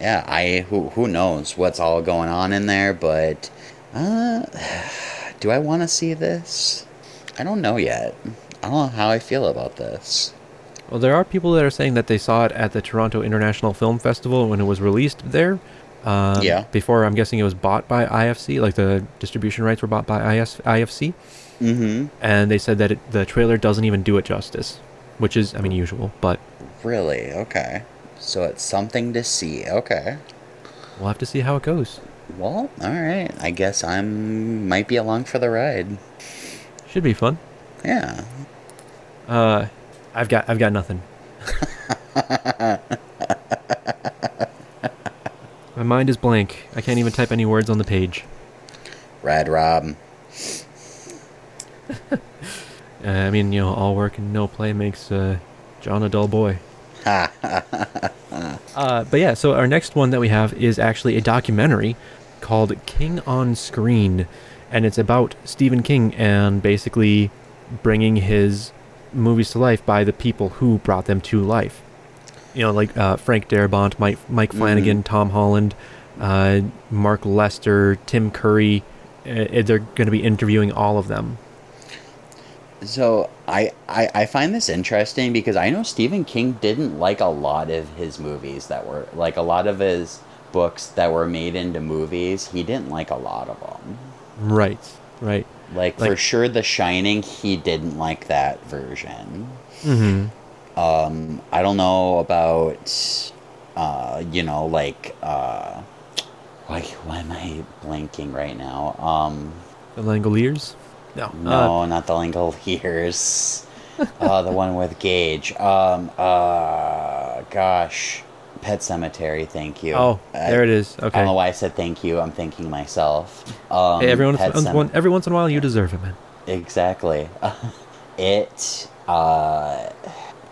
Speaker 2: yeah, I who who knows what's all going on in there, but uh, do I want to see this? I don't know yet. I don't know how I feel about this.
Speaker 1: Well, there are people that are saying that they saw it at the Toronto International Film Festival when it was released there. Um,
Speaker 2: Yeah.
Speaker 1: Before, I'm guessing it was bought by IFC, like the distribution rights were bought by IS- IFC.
Speaker 2: Mm-hmm.
Speaker 1: And they said that it, the trailer doesn't even do it justice, which is, I mean, usual, but
Speaker 2: Really? Okay. So it's something to see. Okay.
Speaker 1: we'll have to see how it goes.
Speaker 2: Well, all right. I guess I'm might be along for the ride.
Speaker 1: Should be fun.
Speaker 2: Yeah.
Speaker 1: Uh, I've got I've got nothing. My mind is blank. I can't even type any words on the page.
Speaker 2: Rad Rob.
Speaker 1: Uh, I mean, you know, all work and no play makes uh, John a dull boy.
Speaker 2: Ha.
Speaker 1: Uh, but yeah, so our next one that we have is actually a documentary called King on Screen, and it's about Stephen King and basically bringing his movies to life by the people who brought them to life. You know, like uh, Frank Darabont, Mike, Mike Flanagan, Tom Holland, uh, Mark Lester, Tim Curry. Uh, they're going to be interviewing all of them.
Speaker 2: So I, I I find this interesting because I know Stephen King didn't like a lot of his movies that were like a lot of his books that were made into movies. He didn't like a lot of them.
Speaker 1: Right, right.
Speaker 2: Like, for
Speaker 1: Like-
Speaker 2: sure, The Shining. He didn't like that version.
Speaker 1: Mm-hmm.
Speaker 2: Um, I don't know about, uh, you know, like, uh, like why am I blanking right now? Um,
Speaker 1: The Langoliers? No. Uh,
Speaker 2: No, not the Langoliers. uh, the one with Gage. Um, uh, gosh, Pet Cemetery. Thank you.
Speaker 1: oh, there it is.
Speaker 2: I
Speaker 1: Okay.
Speaker 2: don't know why I said thank you. I'm thanking myself. Um,
Speaker 1: Hey, everyone,
Speaker 2: Pet
Speaker 1: once,
Speaker 2: Sem-
Speaker 1: one, every once in a while, you deserve it, man.
Speaker 2: Exactly. it. Uh,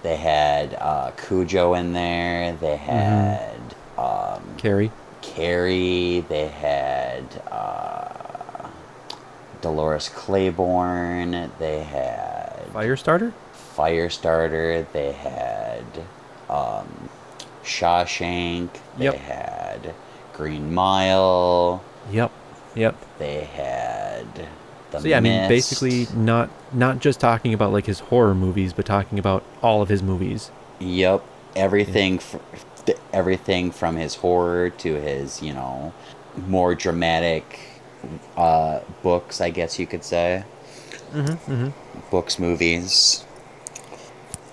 Speaker 2: they had uh, Cujo in there. They
Speaker 1: Mm-hmm.
Speaker 2: had um,
Speaker 1: Carrie.
Speaker 2: Carrie. They had uh, Dolores Claiborne. They had
Speaker 1: Firestarter?
Speaker 2: Firestarter. They had um, Shawshank. They
Speaker 1: Yep.
Speaker 2: had Green Mile.
Speaker 1: Yep. Yep.
Speaker 2: They had the.
Speaker 1: So yeah, I mean,
Speaker 2: Mist.
Speaker 1: basically, not not just talking about like his horror movies, but talking about all of his movies.
Speaker 2: Yep. Everything, fr- th- everything from his horror to his, you know, more dramatic uh, books. I guess you could say
Speaker 1: Mm-hmm. Mm-hmm.
Speaker 2: books, movies.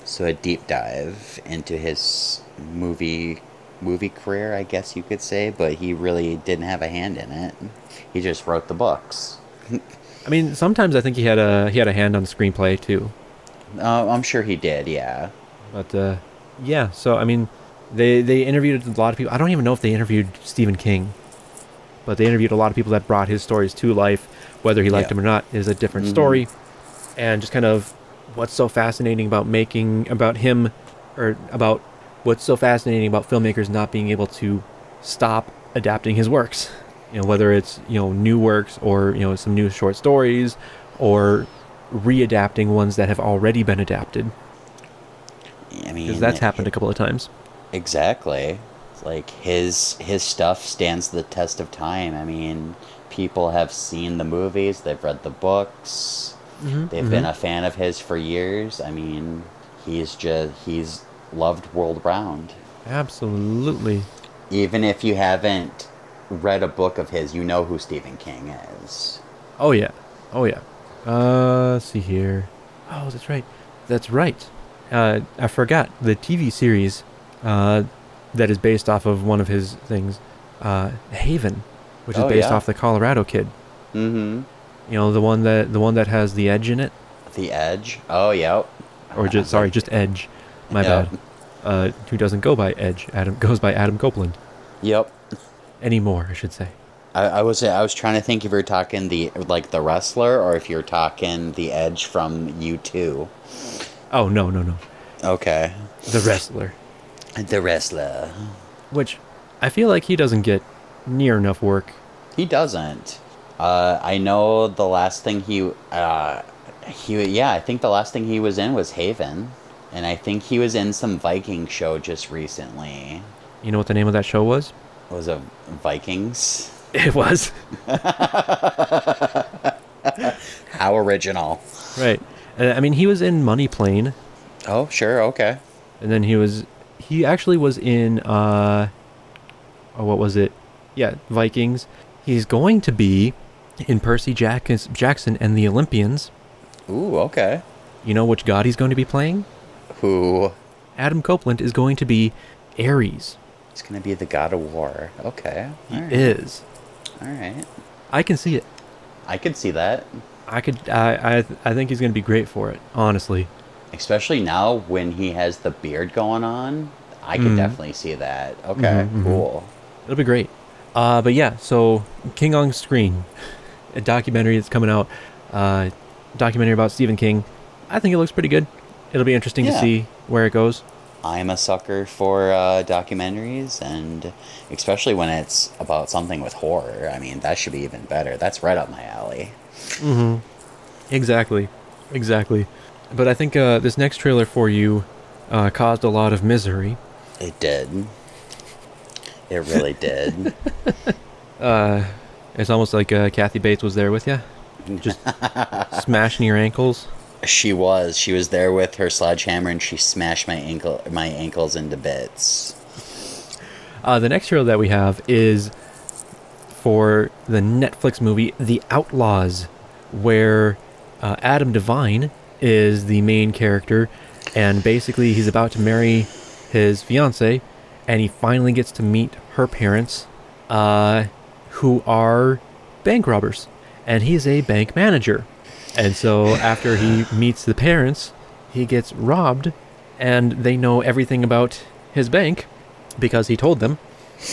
Speaker 2: So a deep dive into his movie movie career, I guess you could say, but he really didn't have a hand in it. He just wrote the books.
Speaker 1: I mean, sometimes I think he had a he had a hand on the screenplay too,
Speaker 2: Uh, I'm sure he did, yeah.
Speaker 1: but uh, yeah. So I mean, they they interviewed a lot of people. I don't even know if they interviewed Stephen King, but they interviewed a lot of people that brought his stories to life. Whether he liked
Speaker 2: Yeah.
Speaker 1: them or not is a different
Speaker 2: Mhm.
Speaker 1: story, and just kind of what's so fascinating about making about him, or about what's so fascinating about filmmakers not being able to stop adapting his works. You know, whether it's you know new works or you know some new short stories, or readapting ones that have already been adapted
Speaker 2: I mean,
Speaker 1: because that's happened a couple of times.
Speaker 2: Exactly. It's Like his his stuff stands the test of time. I mean, people have seen the movies, they've read the books. They've been a fan of his for years. I mean, he's just he's loved world round.
Speaker 1: Absolutely.
Speaker 2: Even if you haven't read a book of his, you know who Stephen King is.
Speaker 1: Oh yeah. Oh yeah. Uh, let's see here. Oh, that's right. That's right. Uh, I forgot the TV series uh, that is based off of one of his things, uh, Haven, which is
Speaker 2: Oh,
Speaker 1: based
Speaker 2: yeah.
Speaker 1: off the Colorado Kid.
Speaker 2: Mm-hmm.
Speaker 1: You know the one that the one that has the edge in it,
Speaker 2: The Edge. Oh, yep.
Speaker 1: or just sorry, just Edge. My
Speaker 2: Yeah.
Speaker 1: bad. Uh, who doesn't go by Edge? Adam goes by Adam Copeland
Speaker 2: Yep.
Speaker 1: anymore, I should say.
Speaker 2: I, I was I was trying to think if you're talking the like the wrestler or if you're talking the Edge from U two.
Speaker 1: Oh no no no,
Speaker 2: Okay.
Speaker 1: the wrestler.
Speaker 2: The wrestler.
Speaker 1: Which I feel like he doesn't get near enough work.
Speaker 2: He doesn't. Uh, I know the last thing he, uh, he yeah, I think the last thing he was in was Haven, and I think he was in some Viking show just recently.
Speaker 1: You know what the name of that show was?
Speaker 2: Was it Vikings?
Speaker 1: It was
Speaker 2: How original.
Speaker 1: right. Uh, I mean, he was in Money Plane,
Speaker 2: Oh sure, okay.
Speaker 1: and then he was he actually was in uh, oh, what was it? Yeah, Vikings. He's going to be in Percy Jack- Jackson and the Olympians.
Speaker 2: Ooh okay.
Speaker 1: You know which god he's going to be playing?
Speaker 2: Who?
Speaker 1: Adam Copeland is going to be Ares.
Speaker 2: He's gonna be the god of war. Okay. All right.
Speaker 1: Is
Speaker 2: All right.
Speaker 1: I can see it.
Speaker 2: I could see that.
Speaker 1: I could. I. I. I think he's going to be great for it. Honestly.
Speaker 2: especially now when he has the beard going on i could definitely see that okay cool
Speaker 1: It'll be great. Uh, but yeah, so King on Screen, a documentary that's coming out, uh, documentary about Stephen King. I think it looks pretty good. It'll be interesting to
Speaker 2: Yeah.
Speaker 1: see where it goes.
Speaker 2: i'm a sucker for uh, documentaries and especially when it's about something with horror i mean that should be even better that's right up my alley
Speaker 1: Exactly, exactly. But I think uh, this next trailer for you uh, caused a lot of misery.
Speaker 2: it did it really did
Speaker 1: It's almost like uh, Kathy Bates was there with you, just smashing your ankles.
Speaker 2: she was she was there with her sledgehammer and she smashed my ankle my ankles into bits
Speaker 1: Uh, the next trailer that we have is for the Netflix movie The Outlaws, where uh, Adam Devine is the main character, and basically he's about to marry his fiance, and he finally gets to meet her parents, uh, who are bank robbers, and he's a bank manager. And so after he meets the parents, he gets robbed, and they know everything about his bank because he told them.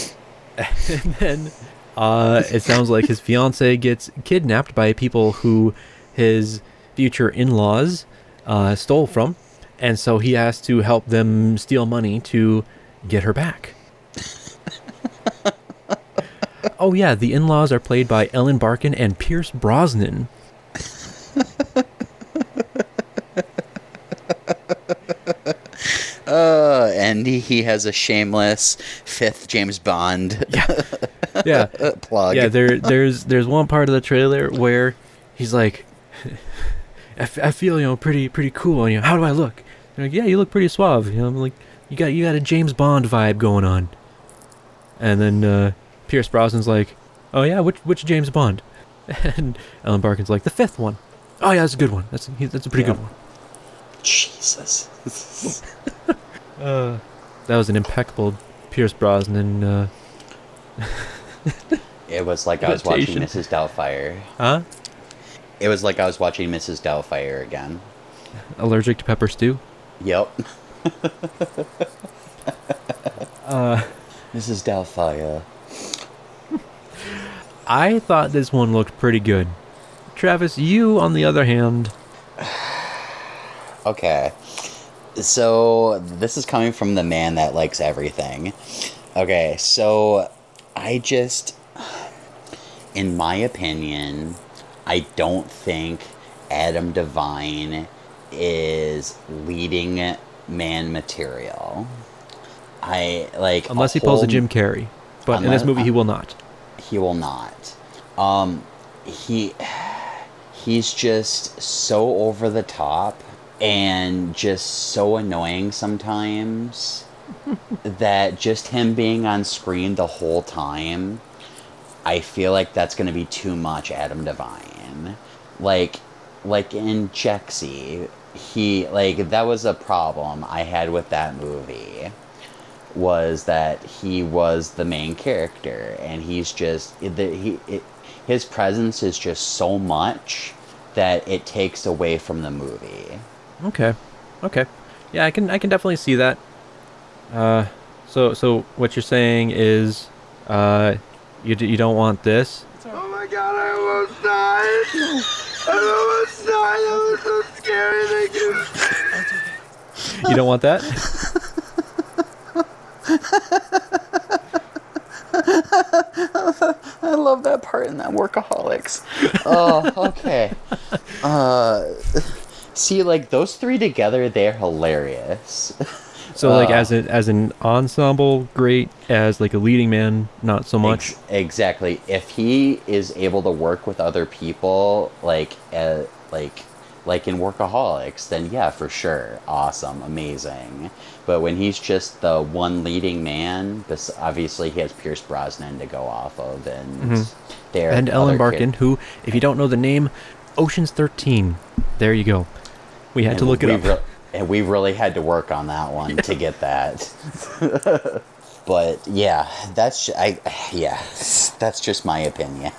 Speaker 1: and then uh, it sounds like his fiance gets kidnapped by people who his future in laws uh, stole from. And so he has to help them steal money to get her back. oh, yeah, the in laws are played by Ellen Barkin and Pierce Brosnan.
Speaker 2: uh, and he- he has a shameless fifth james bond uh,
Speaker 1: Yeah.
Speaker 2: plug
Speaker 1: Yeah, there, there's there's one part of the trailer where he's like, I, f- I feel you know pretty pretty cool on you. How do I look? They're like, yeah, you look pretty suave. You know, I'm like, you got you got a James Bond vibe going on. And then uh, Pierce Brosnan's like, oh yeah, which which James Bond? And Ellen Barkin's like, the fifth one. Oh yeah, that's a good one. That's he- that's a pretty good one.
Speaker 2: Jesus.
Speaker 1: That was an impeccable Pierce Brosnan. Uh,
Speaker 2: It was like I was watching
Speaker 1: Imitation.
Speaker 2: Mrs. Doubtfire.
Speaker 1: huh?
Speaker 2: It was like I was watching Mrs. Doubtfire again.
Speaker 1: Allergic to pepper stew.
Speaker 2: Yep. uh, Mrs. Doubtfire.
Speaker 1: I thought this one looked pretty good. Travis, you on the other hand.
Speaker 2: Okay. So this is coming from the man that likes everything. Okay, so I just in my opinion, I don't think Adam Devine is leading man material. I like a
Speaker 1: unless he pulls a
Speaker 2: whole-
Speaker 1: Jim Carrey. But in this
Speaker 2: Unless-
Speaker 1: movie, he will not.
Speaker 2: he will not. Um, he he's just so over the top and just so annoying sometimes that just him being on screen the whole time, I feel like that's going to be too much Adam Devine. Like like in Jexy, he like that was a problem I had with that movie was that he was the main character and he's just the, he it, his presence is just so much that it takes away from the movie.
Speaker 1: Okay, okay, yeah, I can I can definitely see that. Uh, so so what you're saying is, uh, you d- you don't want this.
Speaker 4: Oh my god, I almost died! I almost died! That was so scary. Thank you.
Speaker 1: You don't want that.
Speaker 2: I love that part in that workaholics. Oh, okay. Uh, see, like those three together, they're hilarious.
Speaker 1: So like as an as an ensemble, great. As like a leading man, not so much.
Speaker 2: Ex- exactly. If he is able to work with other people, like uh, like like in workaholics, then yeah, for sure, awesome, amazing. But when he's just the one leading man, this obviously he has Pierce Brosnan to go off of, and there
Speaker 1: and Mm-hmm. Ellen Barkin, who, if you don't know the name, Ocean's Thirteen. There you go. We had to look it
Speaker 2: we
Speaker 1: up.
Speaker 2: re- and we really had to work on that one to get that. but yeah, that's ju- I yeah, that's just my opinion.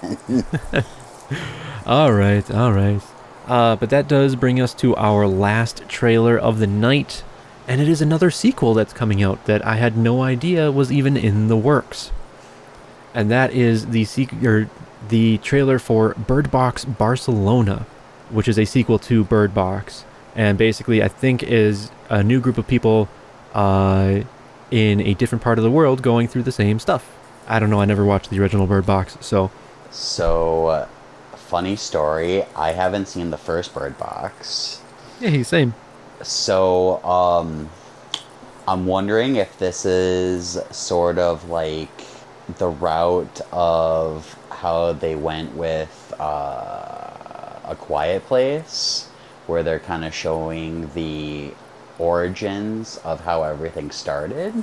Speaker 1: All right, all right. Uh, but that does bring us to our last trailer of the night, and it is another sequel that's coming out that I had no idea was even in the works. And that is the sequ- or the trailer for Bird Box Barcelona, which is a sequel to Bird Box, and basically I think is a new group of people uh, in a different part of the world going through the same stuff. I don't know. I never watched the original Bird Box, so
Speaker 2: so, uh, funny story. I haven't seen the first Bird Box.
Speaker 1: yeah, same.
Speaker 2: So, um, I'm wondering if this is sort of like the route of how they went with uh, A Quiet Place, where they're kind of showing the origins of how everything started.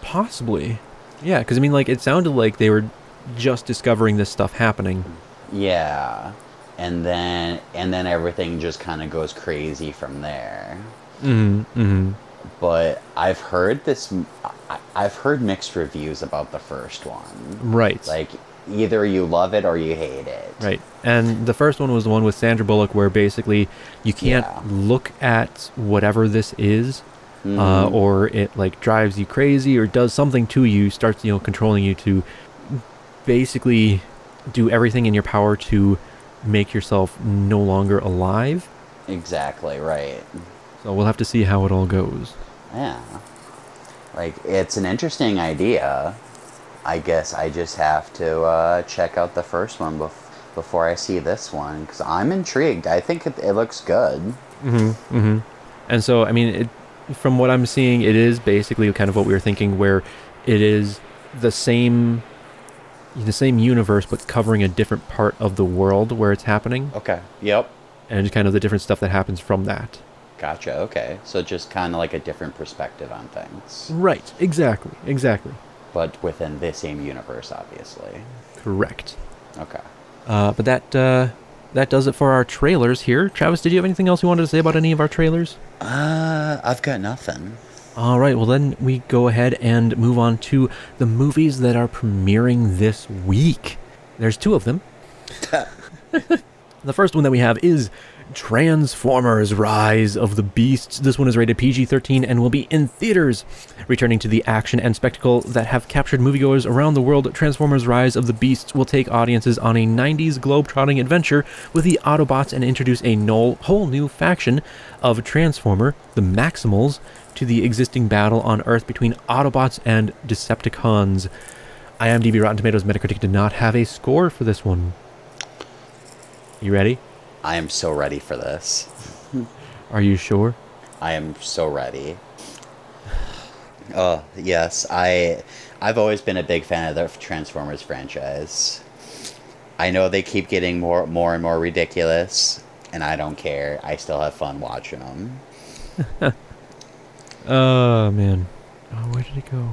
Speaker 1: Possibly. Yeah, because I mean, like, it sounded like they were just discovering this stuff happening.
Speaker 2: Yeah. And then and then everything just kind of goes crazy from there.
Speaker 1: Mm hmm.
Speaker 2: but I've heard this. I- I've heard mixed reviews about the first one.
Speaker 1: Right.
Speaker 2: Like either you love it or you hate it.
Speaker 1: right. And the first one was the one with Sandra Bullock, where basically you can't
Speaker 2: Yeah.
Speaker 1: look at whatever this is, uh,
Speaker 2: Mhm.
Speaker 1: or it, like, drives you crazy or does something to you, starts, you know, controlling you to basically do everything in your power to make yourself no longer alive.
Speaker 2: Exactly right.
Speaker 1: So we'll have to see how it all goes.
Speaker 2: Yeah. Like it's an interesting idea. I guess I just have to uh, check out the first one bef- before I see this one because I'm intrigued. I think it, it looks good.
Speaker 1: Mm-hmm. hmm And so, I mean, it, from what I'm seeing, it is basically kind of what we were thinking, where it is the same, the same universe, but covering a different part of the world where it's happening,
Speaker 2: Okay. Yep.
Speaker 1: and kind of the different stuff that happens from that.
Speaker 2: Gotcha. Okay. So just kind of like a different perspective on things,
Speaker 1: Right. Exactly. Exactly.
Speaker 2: but within the same universe, obviously.
Speaker 1: Correct.
Speaker 2: Okay.
Speaker 1: Uh, but that uh, that does it for our trailers here. Travis, did you have anything else you wanted to say about any of our trailers?
Speaker 2: Uh, I've got nothing.
Speaker 1: All right. Well, then we go ahead and move on to the movies that are premiering this week. There's two of them. the first one that we have is Transformers Rise of the Beasts. This one is rated PG 13 and will be in theaters. Returning to the action and spectacle that have captured moviegoers around the world, Transformers Rise of the Beasts will take audiences on a 90s globetrotting adventure with the Autobots and introduce a no- whole new faction of Transformer, the Maximals, to the existing battle on Earth between Autobots and Decepticons. IMDb Rotten Tomatoes Metacritic did not have a score for this one. You ready?
Speaker 2: I am so ready for this.
Speaker 1: Are you sure?
Speaker 2: I am so ready. Oh yes, I. I've always been a big fan of the Transformers franchise. I know they keep getting more, more and more ridiculous, and I don't care. I still have fun watching them.
Speaker 1: Oh man. Oh, where did it go?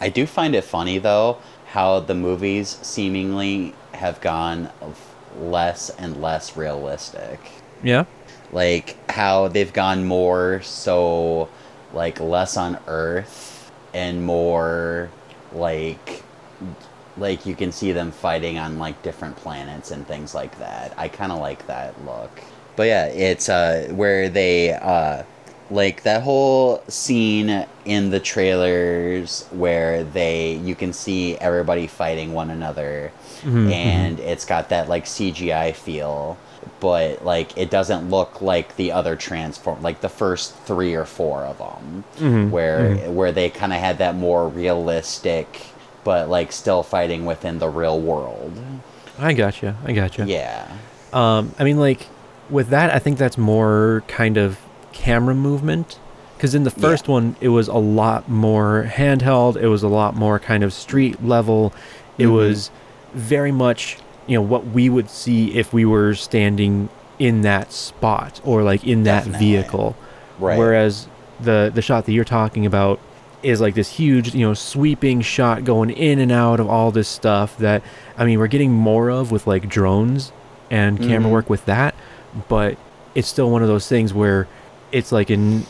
Speaker 2: I do find it funny though how the movies seemingly have gone of less and less realistic.
Speaker 1: Yeah.
Speaker 2: like how they've gone more so like less on earth and more like like you can see them fighting on like different planets and things like that i kind of like that look but yeah it's uh where they uh like that whole scene in the trailers where they you can see everybody fighting one another
Speaker 1: Mm-hmm.
Speaker 2: and it's got that like CGI feel, but like it doesn't look like the other transform like the first
Speaker 1: Mm-hmm.
Speaker 2: three or four of them, where where they kind of had that more realistic but like still fighting within the real world.
Speaker 1: I gotcha. I gotcha.
Speaker 2: Yeah.
Speaker 1: Um, I mean, like with that, I think that's more kind of camera movement. Because in the
Speaker 2: Yeah.
Speaker 1: first one, it was a lot more handheld. It was a lot more kind of street level. It
Speaker 2: Mhm.
Speaker 1: was very much, you know, what we would see if we were standing in that spot or like in that
Speaker 2: Definitely.
Speaker 1: vehicle.
Speaker 2: Right.
Speaker 1: Whereas the the shot that you're talking about is like this huge, you know, sweeping shot going in and out of all this stuff that I mean, we're getting more of with like drones and camera
Speaker 2: Mhm.
Speaker 1: work with that, but it's still one of those things where it's like an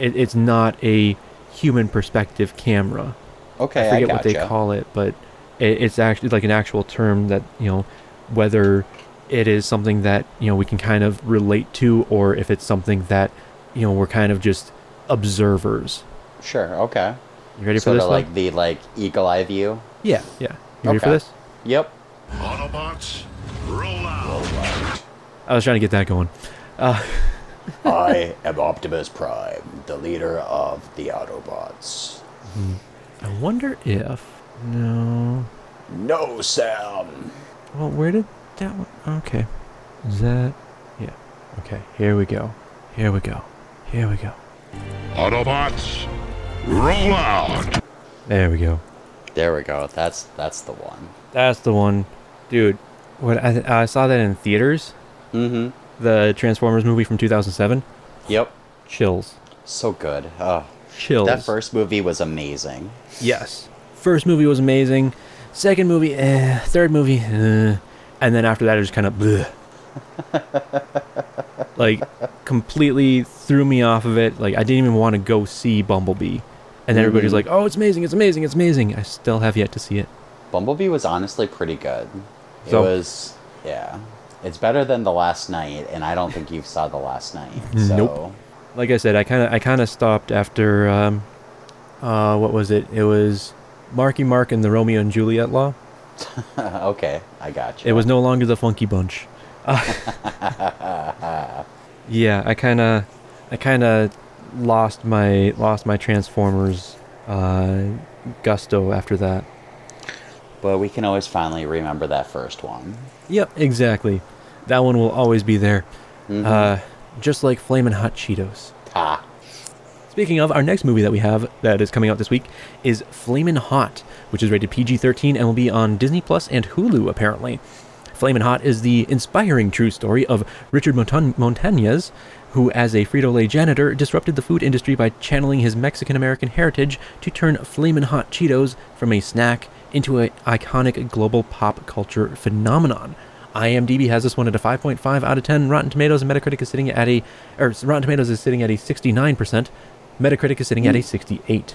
Speaker 1: it, it's not a human perspective camera.
Speaker 2: okay,
Speaker 1: I
Speaker 2: I,
Speaker 1: forget
Speaker 2: gotcha.
Speaker 1: what they call it, but it, it's actually like an actual term that you know whether it is something that you know we can kind of relate to, or if it's something that you know we're kind of just observers.
Speaker 2: Sure. Okay.
Speaker 1: You ready
Speaker 2: Sort
Speaker 1: for this?
Speaker 2: of
Speaker 1: one?
Speaker 2: like the like eagle eye view.
Speaker 1: yeah, yeah. You ready for
Speaker 2: Okay.
Speaker 1: this?
Speaker 2: Yep.
Speaker 5: Autobots, roll out.
Speaker 1: I was trying to get that going.
Speaker 2: I am Optimus Prime, the leader of the Autobots.
Speaker 1: I wonder if no.
Speaker 2: No, Sam.
Speaker 1: Well, where did that one? Okay, is that yeah? Okay, here we go. Here we go. Here we go.
Speaker 5: Autobots, roll out.
Speaker 1: There we go.
Speaker 2: There we go. That's that's the one.
Speaker 1: That's the one, dude. What I, I saw that in theaters,
Speaker 2: Mm-hmm.
Speaker 1: the Transformers movie from 2007.
Speaker 2: Yep.
Speaker 1: Chills,
Speaker 2: So good. Oh,
Speaker 1: chills.
Speaker 2: that first movie was amazing.
Speaker 1: yes. First movie was amazing. Second movie, eh. Third movie, eh. and then after that, it just kind of bleh. like completely threw me off of it. Like I didn't even want to go see Bumblebee, and everybody's
Speaker 2: Mhm.
Speaker 1: like, "Oh, it's amazing! It's amazing! It's amazing!" I still have yet to see it.
Speaker 2: Bumblebee was honestly pretty good. It
Speaker 1: So-
Speaker 2: was, yeah. It's better than the last night, and I don't think you saw the last night. So.
Speaker 1: Nope. like I said, I kind of I kind of stopped after um, uh, what was it? It was Marky Mark and the Romeo and Juliet Law.
Speaker 2: okay, I got you.
Speaker 1: It was no longer the Funky Bunch. yeah, I kind of I kind of lost my lost my Transformers uh, gusto after that.
Speaker 2: But we can always finally remember that first one.
Speaker 1: Yep, exactly. That one will always be there, uh, just like Flamin' Hot Cheetos.
Speaker 2: Ah,
Speaker 1: Speaking of, our next movie that we have that is coming out this week is Flamin' Hot, which is rated PG 13 and will be on Disney Plus and Hulu, apparently. Flamin' Hot is the inspiring true story of Richard Montan- Montañez, who, as a Frito Lay janitor, disrupted the food industry by channeling his Mexican American heritage to turn Flamin' Hot Cheetos from a snack into an iconic global pop culture phenomenon. IMDb has this one at a 5.5 out of 10. Rotten Tomatoes and Metacritic is sitting at a, or Rotten Tomatoes is sitting at a 69%. Metacritic is sitting at
Speaker 2: Hmm.
Speaker 1: a 68.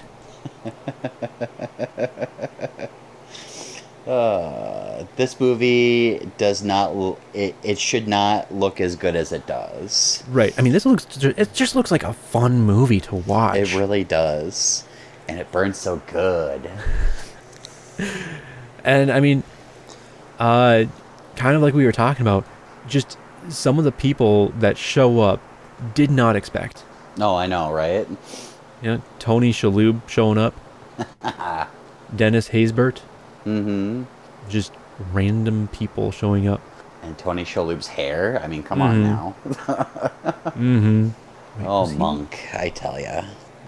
Speaker 2: this movie does not. l- It, it should not look as good as it does.
Speaker 1: Right. I mean, this looks, it just looks like a fun movie to watch.
Speaker 2: It really does, and it burns so good.
Speaker 1: and I mean, uh, kind of like we were talking about, just some of the people that show up did not expect.
Speaker 2: No, I know, right?
Speaker 1: You know, Tony Shalhoub showing up, Dennis Haysbert,
Speaker 2: Mm-hmm.
Speaker 1: just random people showing up.
Speaker 2: And Tony Shalhoub's hair. I mean, come
Speaker 1: Mhm.
Speaker 2: on now.
Speaker 1: Mm-hmm.
Speaker 2: oh, monk, I tell ya.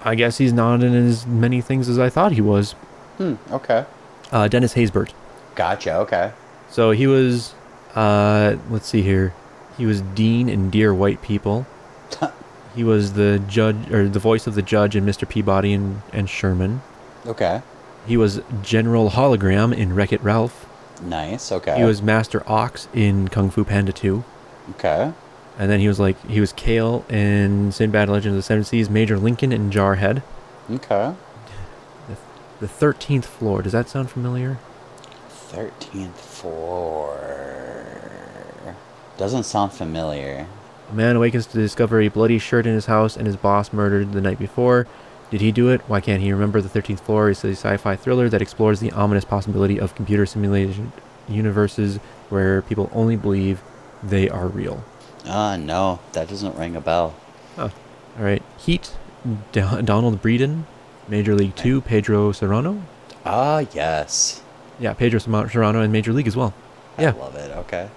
Speaker 1: I guess he's not in as many things as I thought he was.
Speaker 2: Hmm. Okay.
Speaker 1: Uh, Dennis Haysbert.
Speaker 2: Gotcha. Okay.
Speaker 1: So he was, uh, let's see here. He was Dean in Dear White People. He was the judge or the voice of the judge in Mr. Peabody and, and Sherman.
Speaker 2: Okay.
Speaker 1: He was General Hologram in Wreck It Ralph.
Speaker 2: Nice. Okay.
Speaker 1: He was Master Ox in Kung Fu Panda 2.
Speaker 2: okay.
Speaker 1: And then he was like, he was Kale in Sinbad Legend of the Seven Seas, Major Lincoln in Jarhead.
Speaker 2: Okay.
Speaker 1: The 13th floor. Does that sound familiar?
Speaker 2: Thirteenth floor. Doesn't sound familiar.
Speaker 1: A man awakens to discover a bloody shirt in his house and his boss murdered the night before. Did he do it? Why can't he remember? The 13th Floor is a sci fi thriller that explores the ominous possibility of computer simulation universes where people only believe they are real.
Speaker 2: Ah, no, that doesn't ring a bell.
Speaker 1: Huh. All right. Heat, Do- Donald Breeden, Major League 2, Pedro Serrano.
Speaker 2: Ah, yes.
Speaker 1: Yeah, Pedro Serma- Serrano in Major League as well.
Speaker 2: I
Speaker 1: yeah,
Speaker 2: love it. Okay.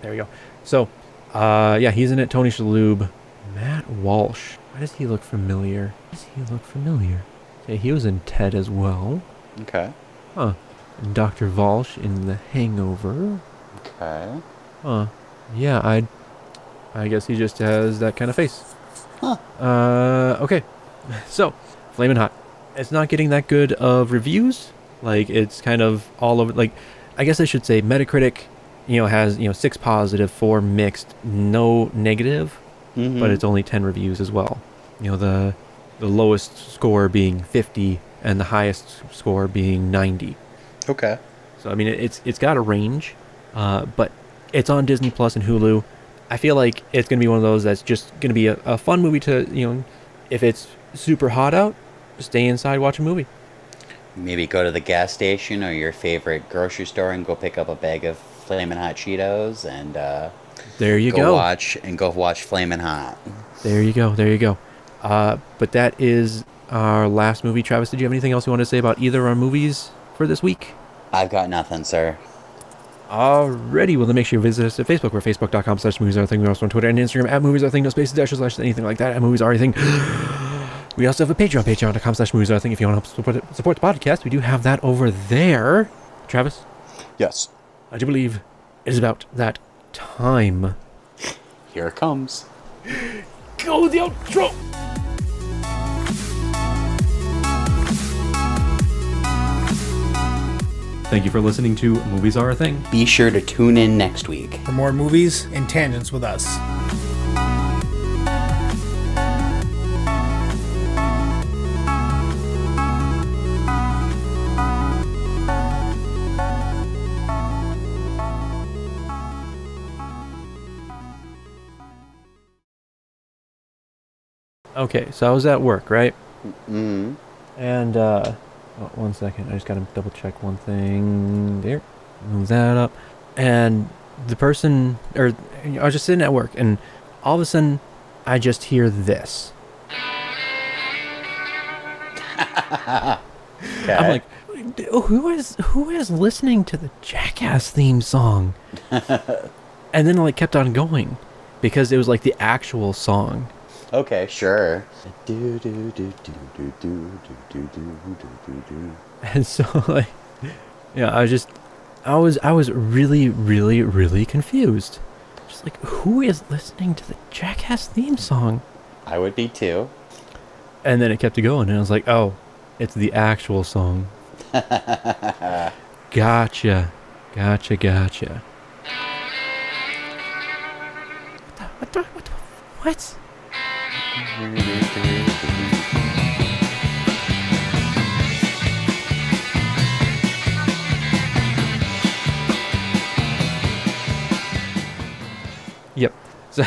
Speaker 1: there we go. So, uh, yeah, he's in it. Tony Shalhoub, Matt Walsh. Why does he look familiar? Why does he look familiar? Okay, he was in Ted as well.
Speaker 2: Okay.
Speaker 1: Huh. And Dr. Walsh in The Hangover.
Speaker 2: Okay.
Speaker 1: Huh. Yeah, I. I guess he just has that kind of face.
Speaker 2: Huh.
Speaker 1: Uh, okay. So, Flamin' Hot. It's not getting that good of reviews. Like, it's kind of all over. Like, I guess I should say Metacritic, you know, has, you know, six positive, four mixed, no negative,
Speaker 2: Mhm.
Speaker 1: but it's only 10 reviews as well. You know, the, the lowest score being 50 and the highest score being 90.
Speaker 2: okay.
Speaker 1: So I mean, it- it's it's got a range, uh, but it's on Disney Plus and Hulu. I feel like it's gonna be one of those that's just gonna be a, a fun movie to you know. If it's super hot out, stay inside watch a movie.
Speaker 2: Maybe go to the gas station or your favorite grocery store and go pick up a bag of Flamin' Hot Cheetos and uh,
Speaker 1: There you
Speaker 2: go,
Speaker 1: go.
Speaker 2: watch and go watch Flamin' Hot.
Speaker 1: There you go. There you go. Uh, but that is our last movie. Travis, did you have anything else you wanted to say about either of our movies for this week?
Speaker 2: I've got nothing, sir.
Speaker 1: Alrighty, well then make sure you visit us at Facebook. We're facebook.com slash movies are a thing. We're also on Twitter and Instagram at movies are a thing, no spaces, dashes, slash anything like that at movies are a thing. We also have a Patreon, patreon.com slash movies are a thing. If you want to help support, it, support the podcast, we do have that over there. Travis,
Speaker 2: Yes.
Speaker 1: I do believe it is about that time.
Speaker 2: Here it comes.
Speaker 1: Go with the outro! Thank you for listening to Movies Are a Thing.
Speaker 2: Be sure to tune in next week.
Speaker 3: For more movies and tangents with us.
Speaker 1: Okay, so I was at work, right?
Speaker 2: Mm.
Speaker 1: And uh, oh, one second, I just gotta double check one thing there. Move that up. And the person, or I was just sitting at work, and all of a sudden, I just hear this. I'm like, "D- who is who is listening to the Jackass theme song? and then like kept on going because it was like the actual song.
Speaker 2: Okay, sure. Do do do do do do do do do do do.
Speaker 1: and so like yeah i was just i was i was really really really confused just like who is listening to the jackass theme song
Speaker 2: I would be too.
Speaker 1: and then it kept going and i was like oh it's the actual song gotcha gotcha gotcha what the what the what, the, what? Yep. So,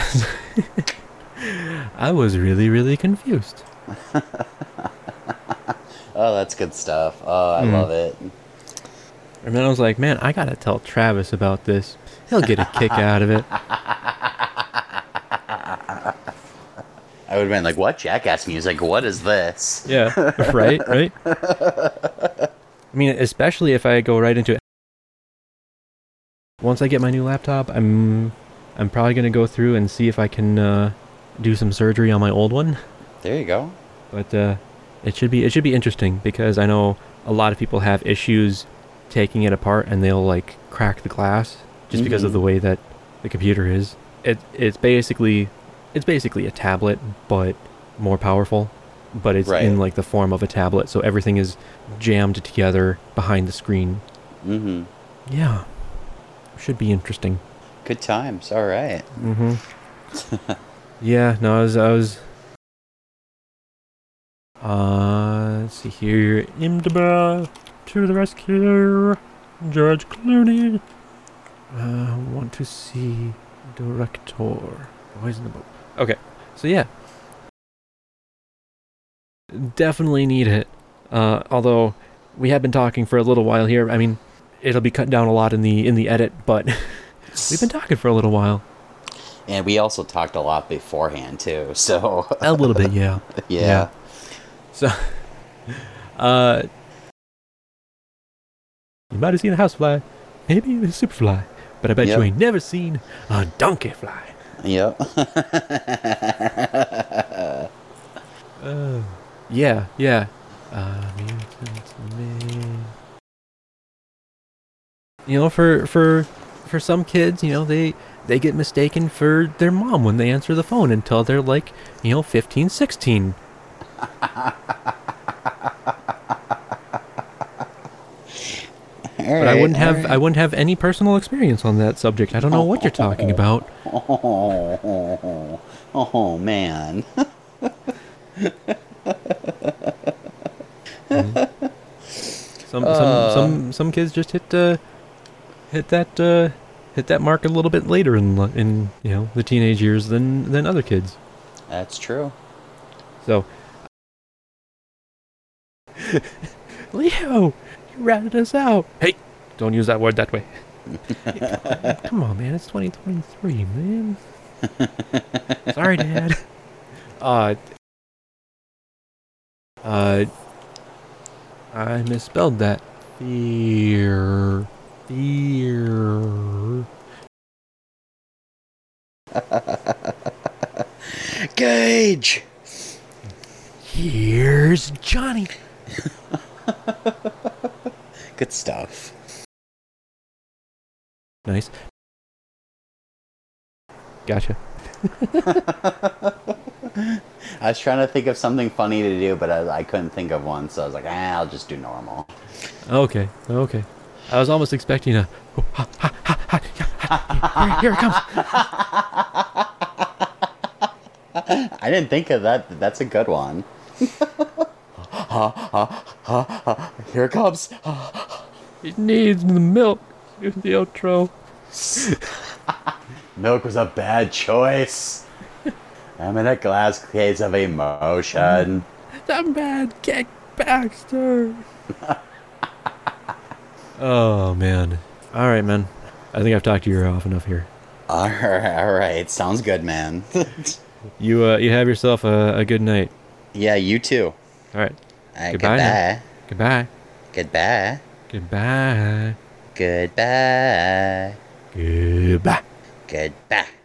Speaker 1: I was really, really confused.
Speaker 2: Oh, that's good stuff. Oh,
Speaker 1: Hmm.
Speaker 2: I love it.
Speaker 1: And then I was like, man, I gotta tell Travis about this. He'll get a kick out of it.
Speaker 2: I would have been like, "What jackass music? What is this?"
Speaker 1: Yeah. right? Right? I mean, especially if I go right into it. Once I get my new laptop, I'm I'm probably gonna go through and see if I can uh, do some surgery on my old one.
Speaker 2: There you go.
Speaker 1: But uh, it should be it should be interesting because I know a lot of people have issues taking it apart and they'll like crack the glass just because of
Speaker 2: Mhm.
Speaker 1: the way that the computer is. It it's basically it's basically a tablet but more powerful, but it's
Speaker 2: Right.
Speaker 1: in like the form of a tablet, so everything is jammed together behind the screen.
Speaker 2: Mm-hmm.
Speaker 1: Yeah, should be interesting.
Speaker 2: Good times. All right.
Speaker 1: Mm-hmm. yeah, no, I was, I was. Uh, let's see here. Imdb to the rescue, George Clooney. Uh, want to see director. Boys in the boat. Okay, so yeah, definitely need it. Uh, although we have been talking for a little while here. I mean, it'll be cut down a lot in the in the edit, but we've been talking for a little while.
Speaker 2: And we also talked a lot beforehand too. So
Speaker 1: A little bit, yeah.
Speaker 2: yeah.
Speaker 1: So, uh, You might have seen a housefly, maybe a superfly, but I bet
Speaker 2: Yep.
Speaker 1: you ain't never seen a donkey fly.
Speaker 2: Yep.
Speaker 1: Oh, Yeah, yeah. Uh, mutants, man. you know, for for for some kids, you know, they they get mistaken for their mom when they answer the phone until they're like, you know, 15, 16. But I wouldn't have I wouldn't have any personal experience on that subject. I don't know what you're talking about.
Speaker 2: Oh, oh, oh, oh, man.
Speaker 1: Some some some some kids just hit uh, hit that uh, hit that mark a little bit later in li- in you know the teenage years than than other kids.
Speaker 2: That's true.
Speaker 1: So, Leo, you ratted us out. Hey, don't use that word that way. Come on, man. It's 2023, man. Sorry, Dad. Uh, uh, I misspelled that. Fear. Fear.
Speaker 2: Gage!
Speaker 1: Here's Johnny.
Speaker 2: Good stuff.
Speaker 1: Nice. Gotcha.
Speaker 2: I was trying to think of something funny to do, but I, I couldn't think of one, so I was like, ah, I'll just do normal.
Speaker 1: Okay, okay. I was almost expecting a. oh, ha, ha, ha, ha, yeah, ha, Here here it comes.
Speaker 2: I didn't think of that. That's a good one. Here it comes.
Speaker 1: It needs the milk. Do the outro.
Speaker 2: Milk was a bad choice. I'm in a glass case of emotion.
Speaker 1: That bad kick Baxter. oh man. All right, man. I think I've talked you off enough here.
Speaker 2: All right, all right. Sounds good, man.
Speaker 1: You uh, you have yourself a, a good night.
Speaker 2: yeah, you too.
Speaker 1: All right.
Speaker 2: All right,
Speaker 1: Goodbye now.
Speaker 2: goodbye.
Speaker 1: Goodbye.
Speaker 2: Goodbye.
Speaker 1: Goodbye.
Speaker 2: Goodbye.
Speaker 1: Goodbye.
Speaker 2: Goodbye.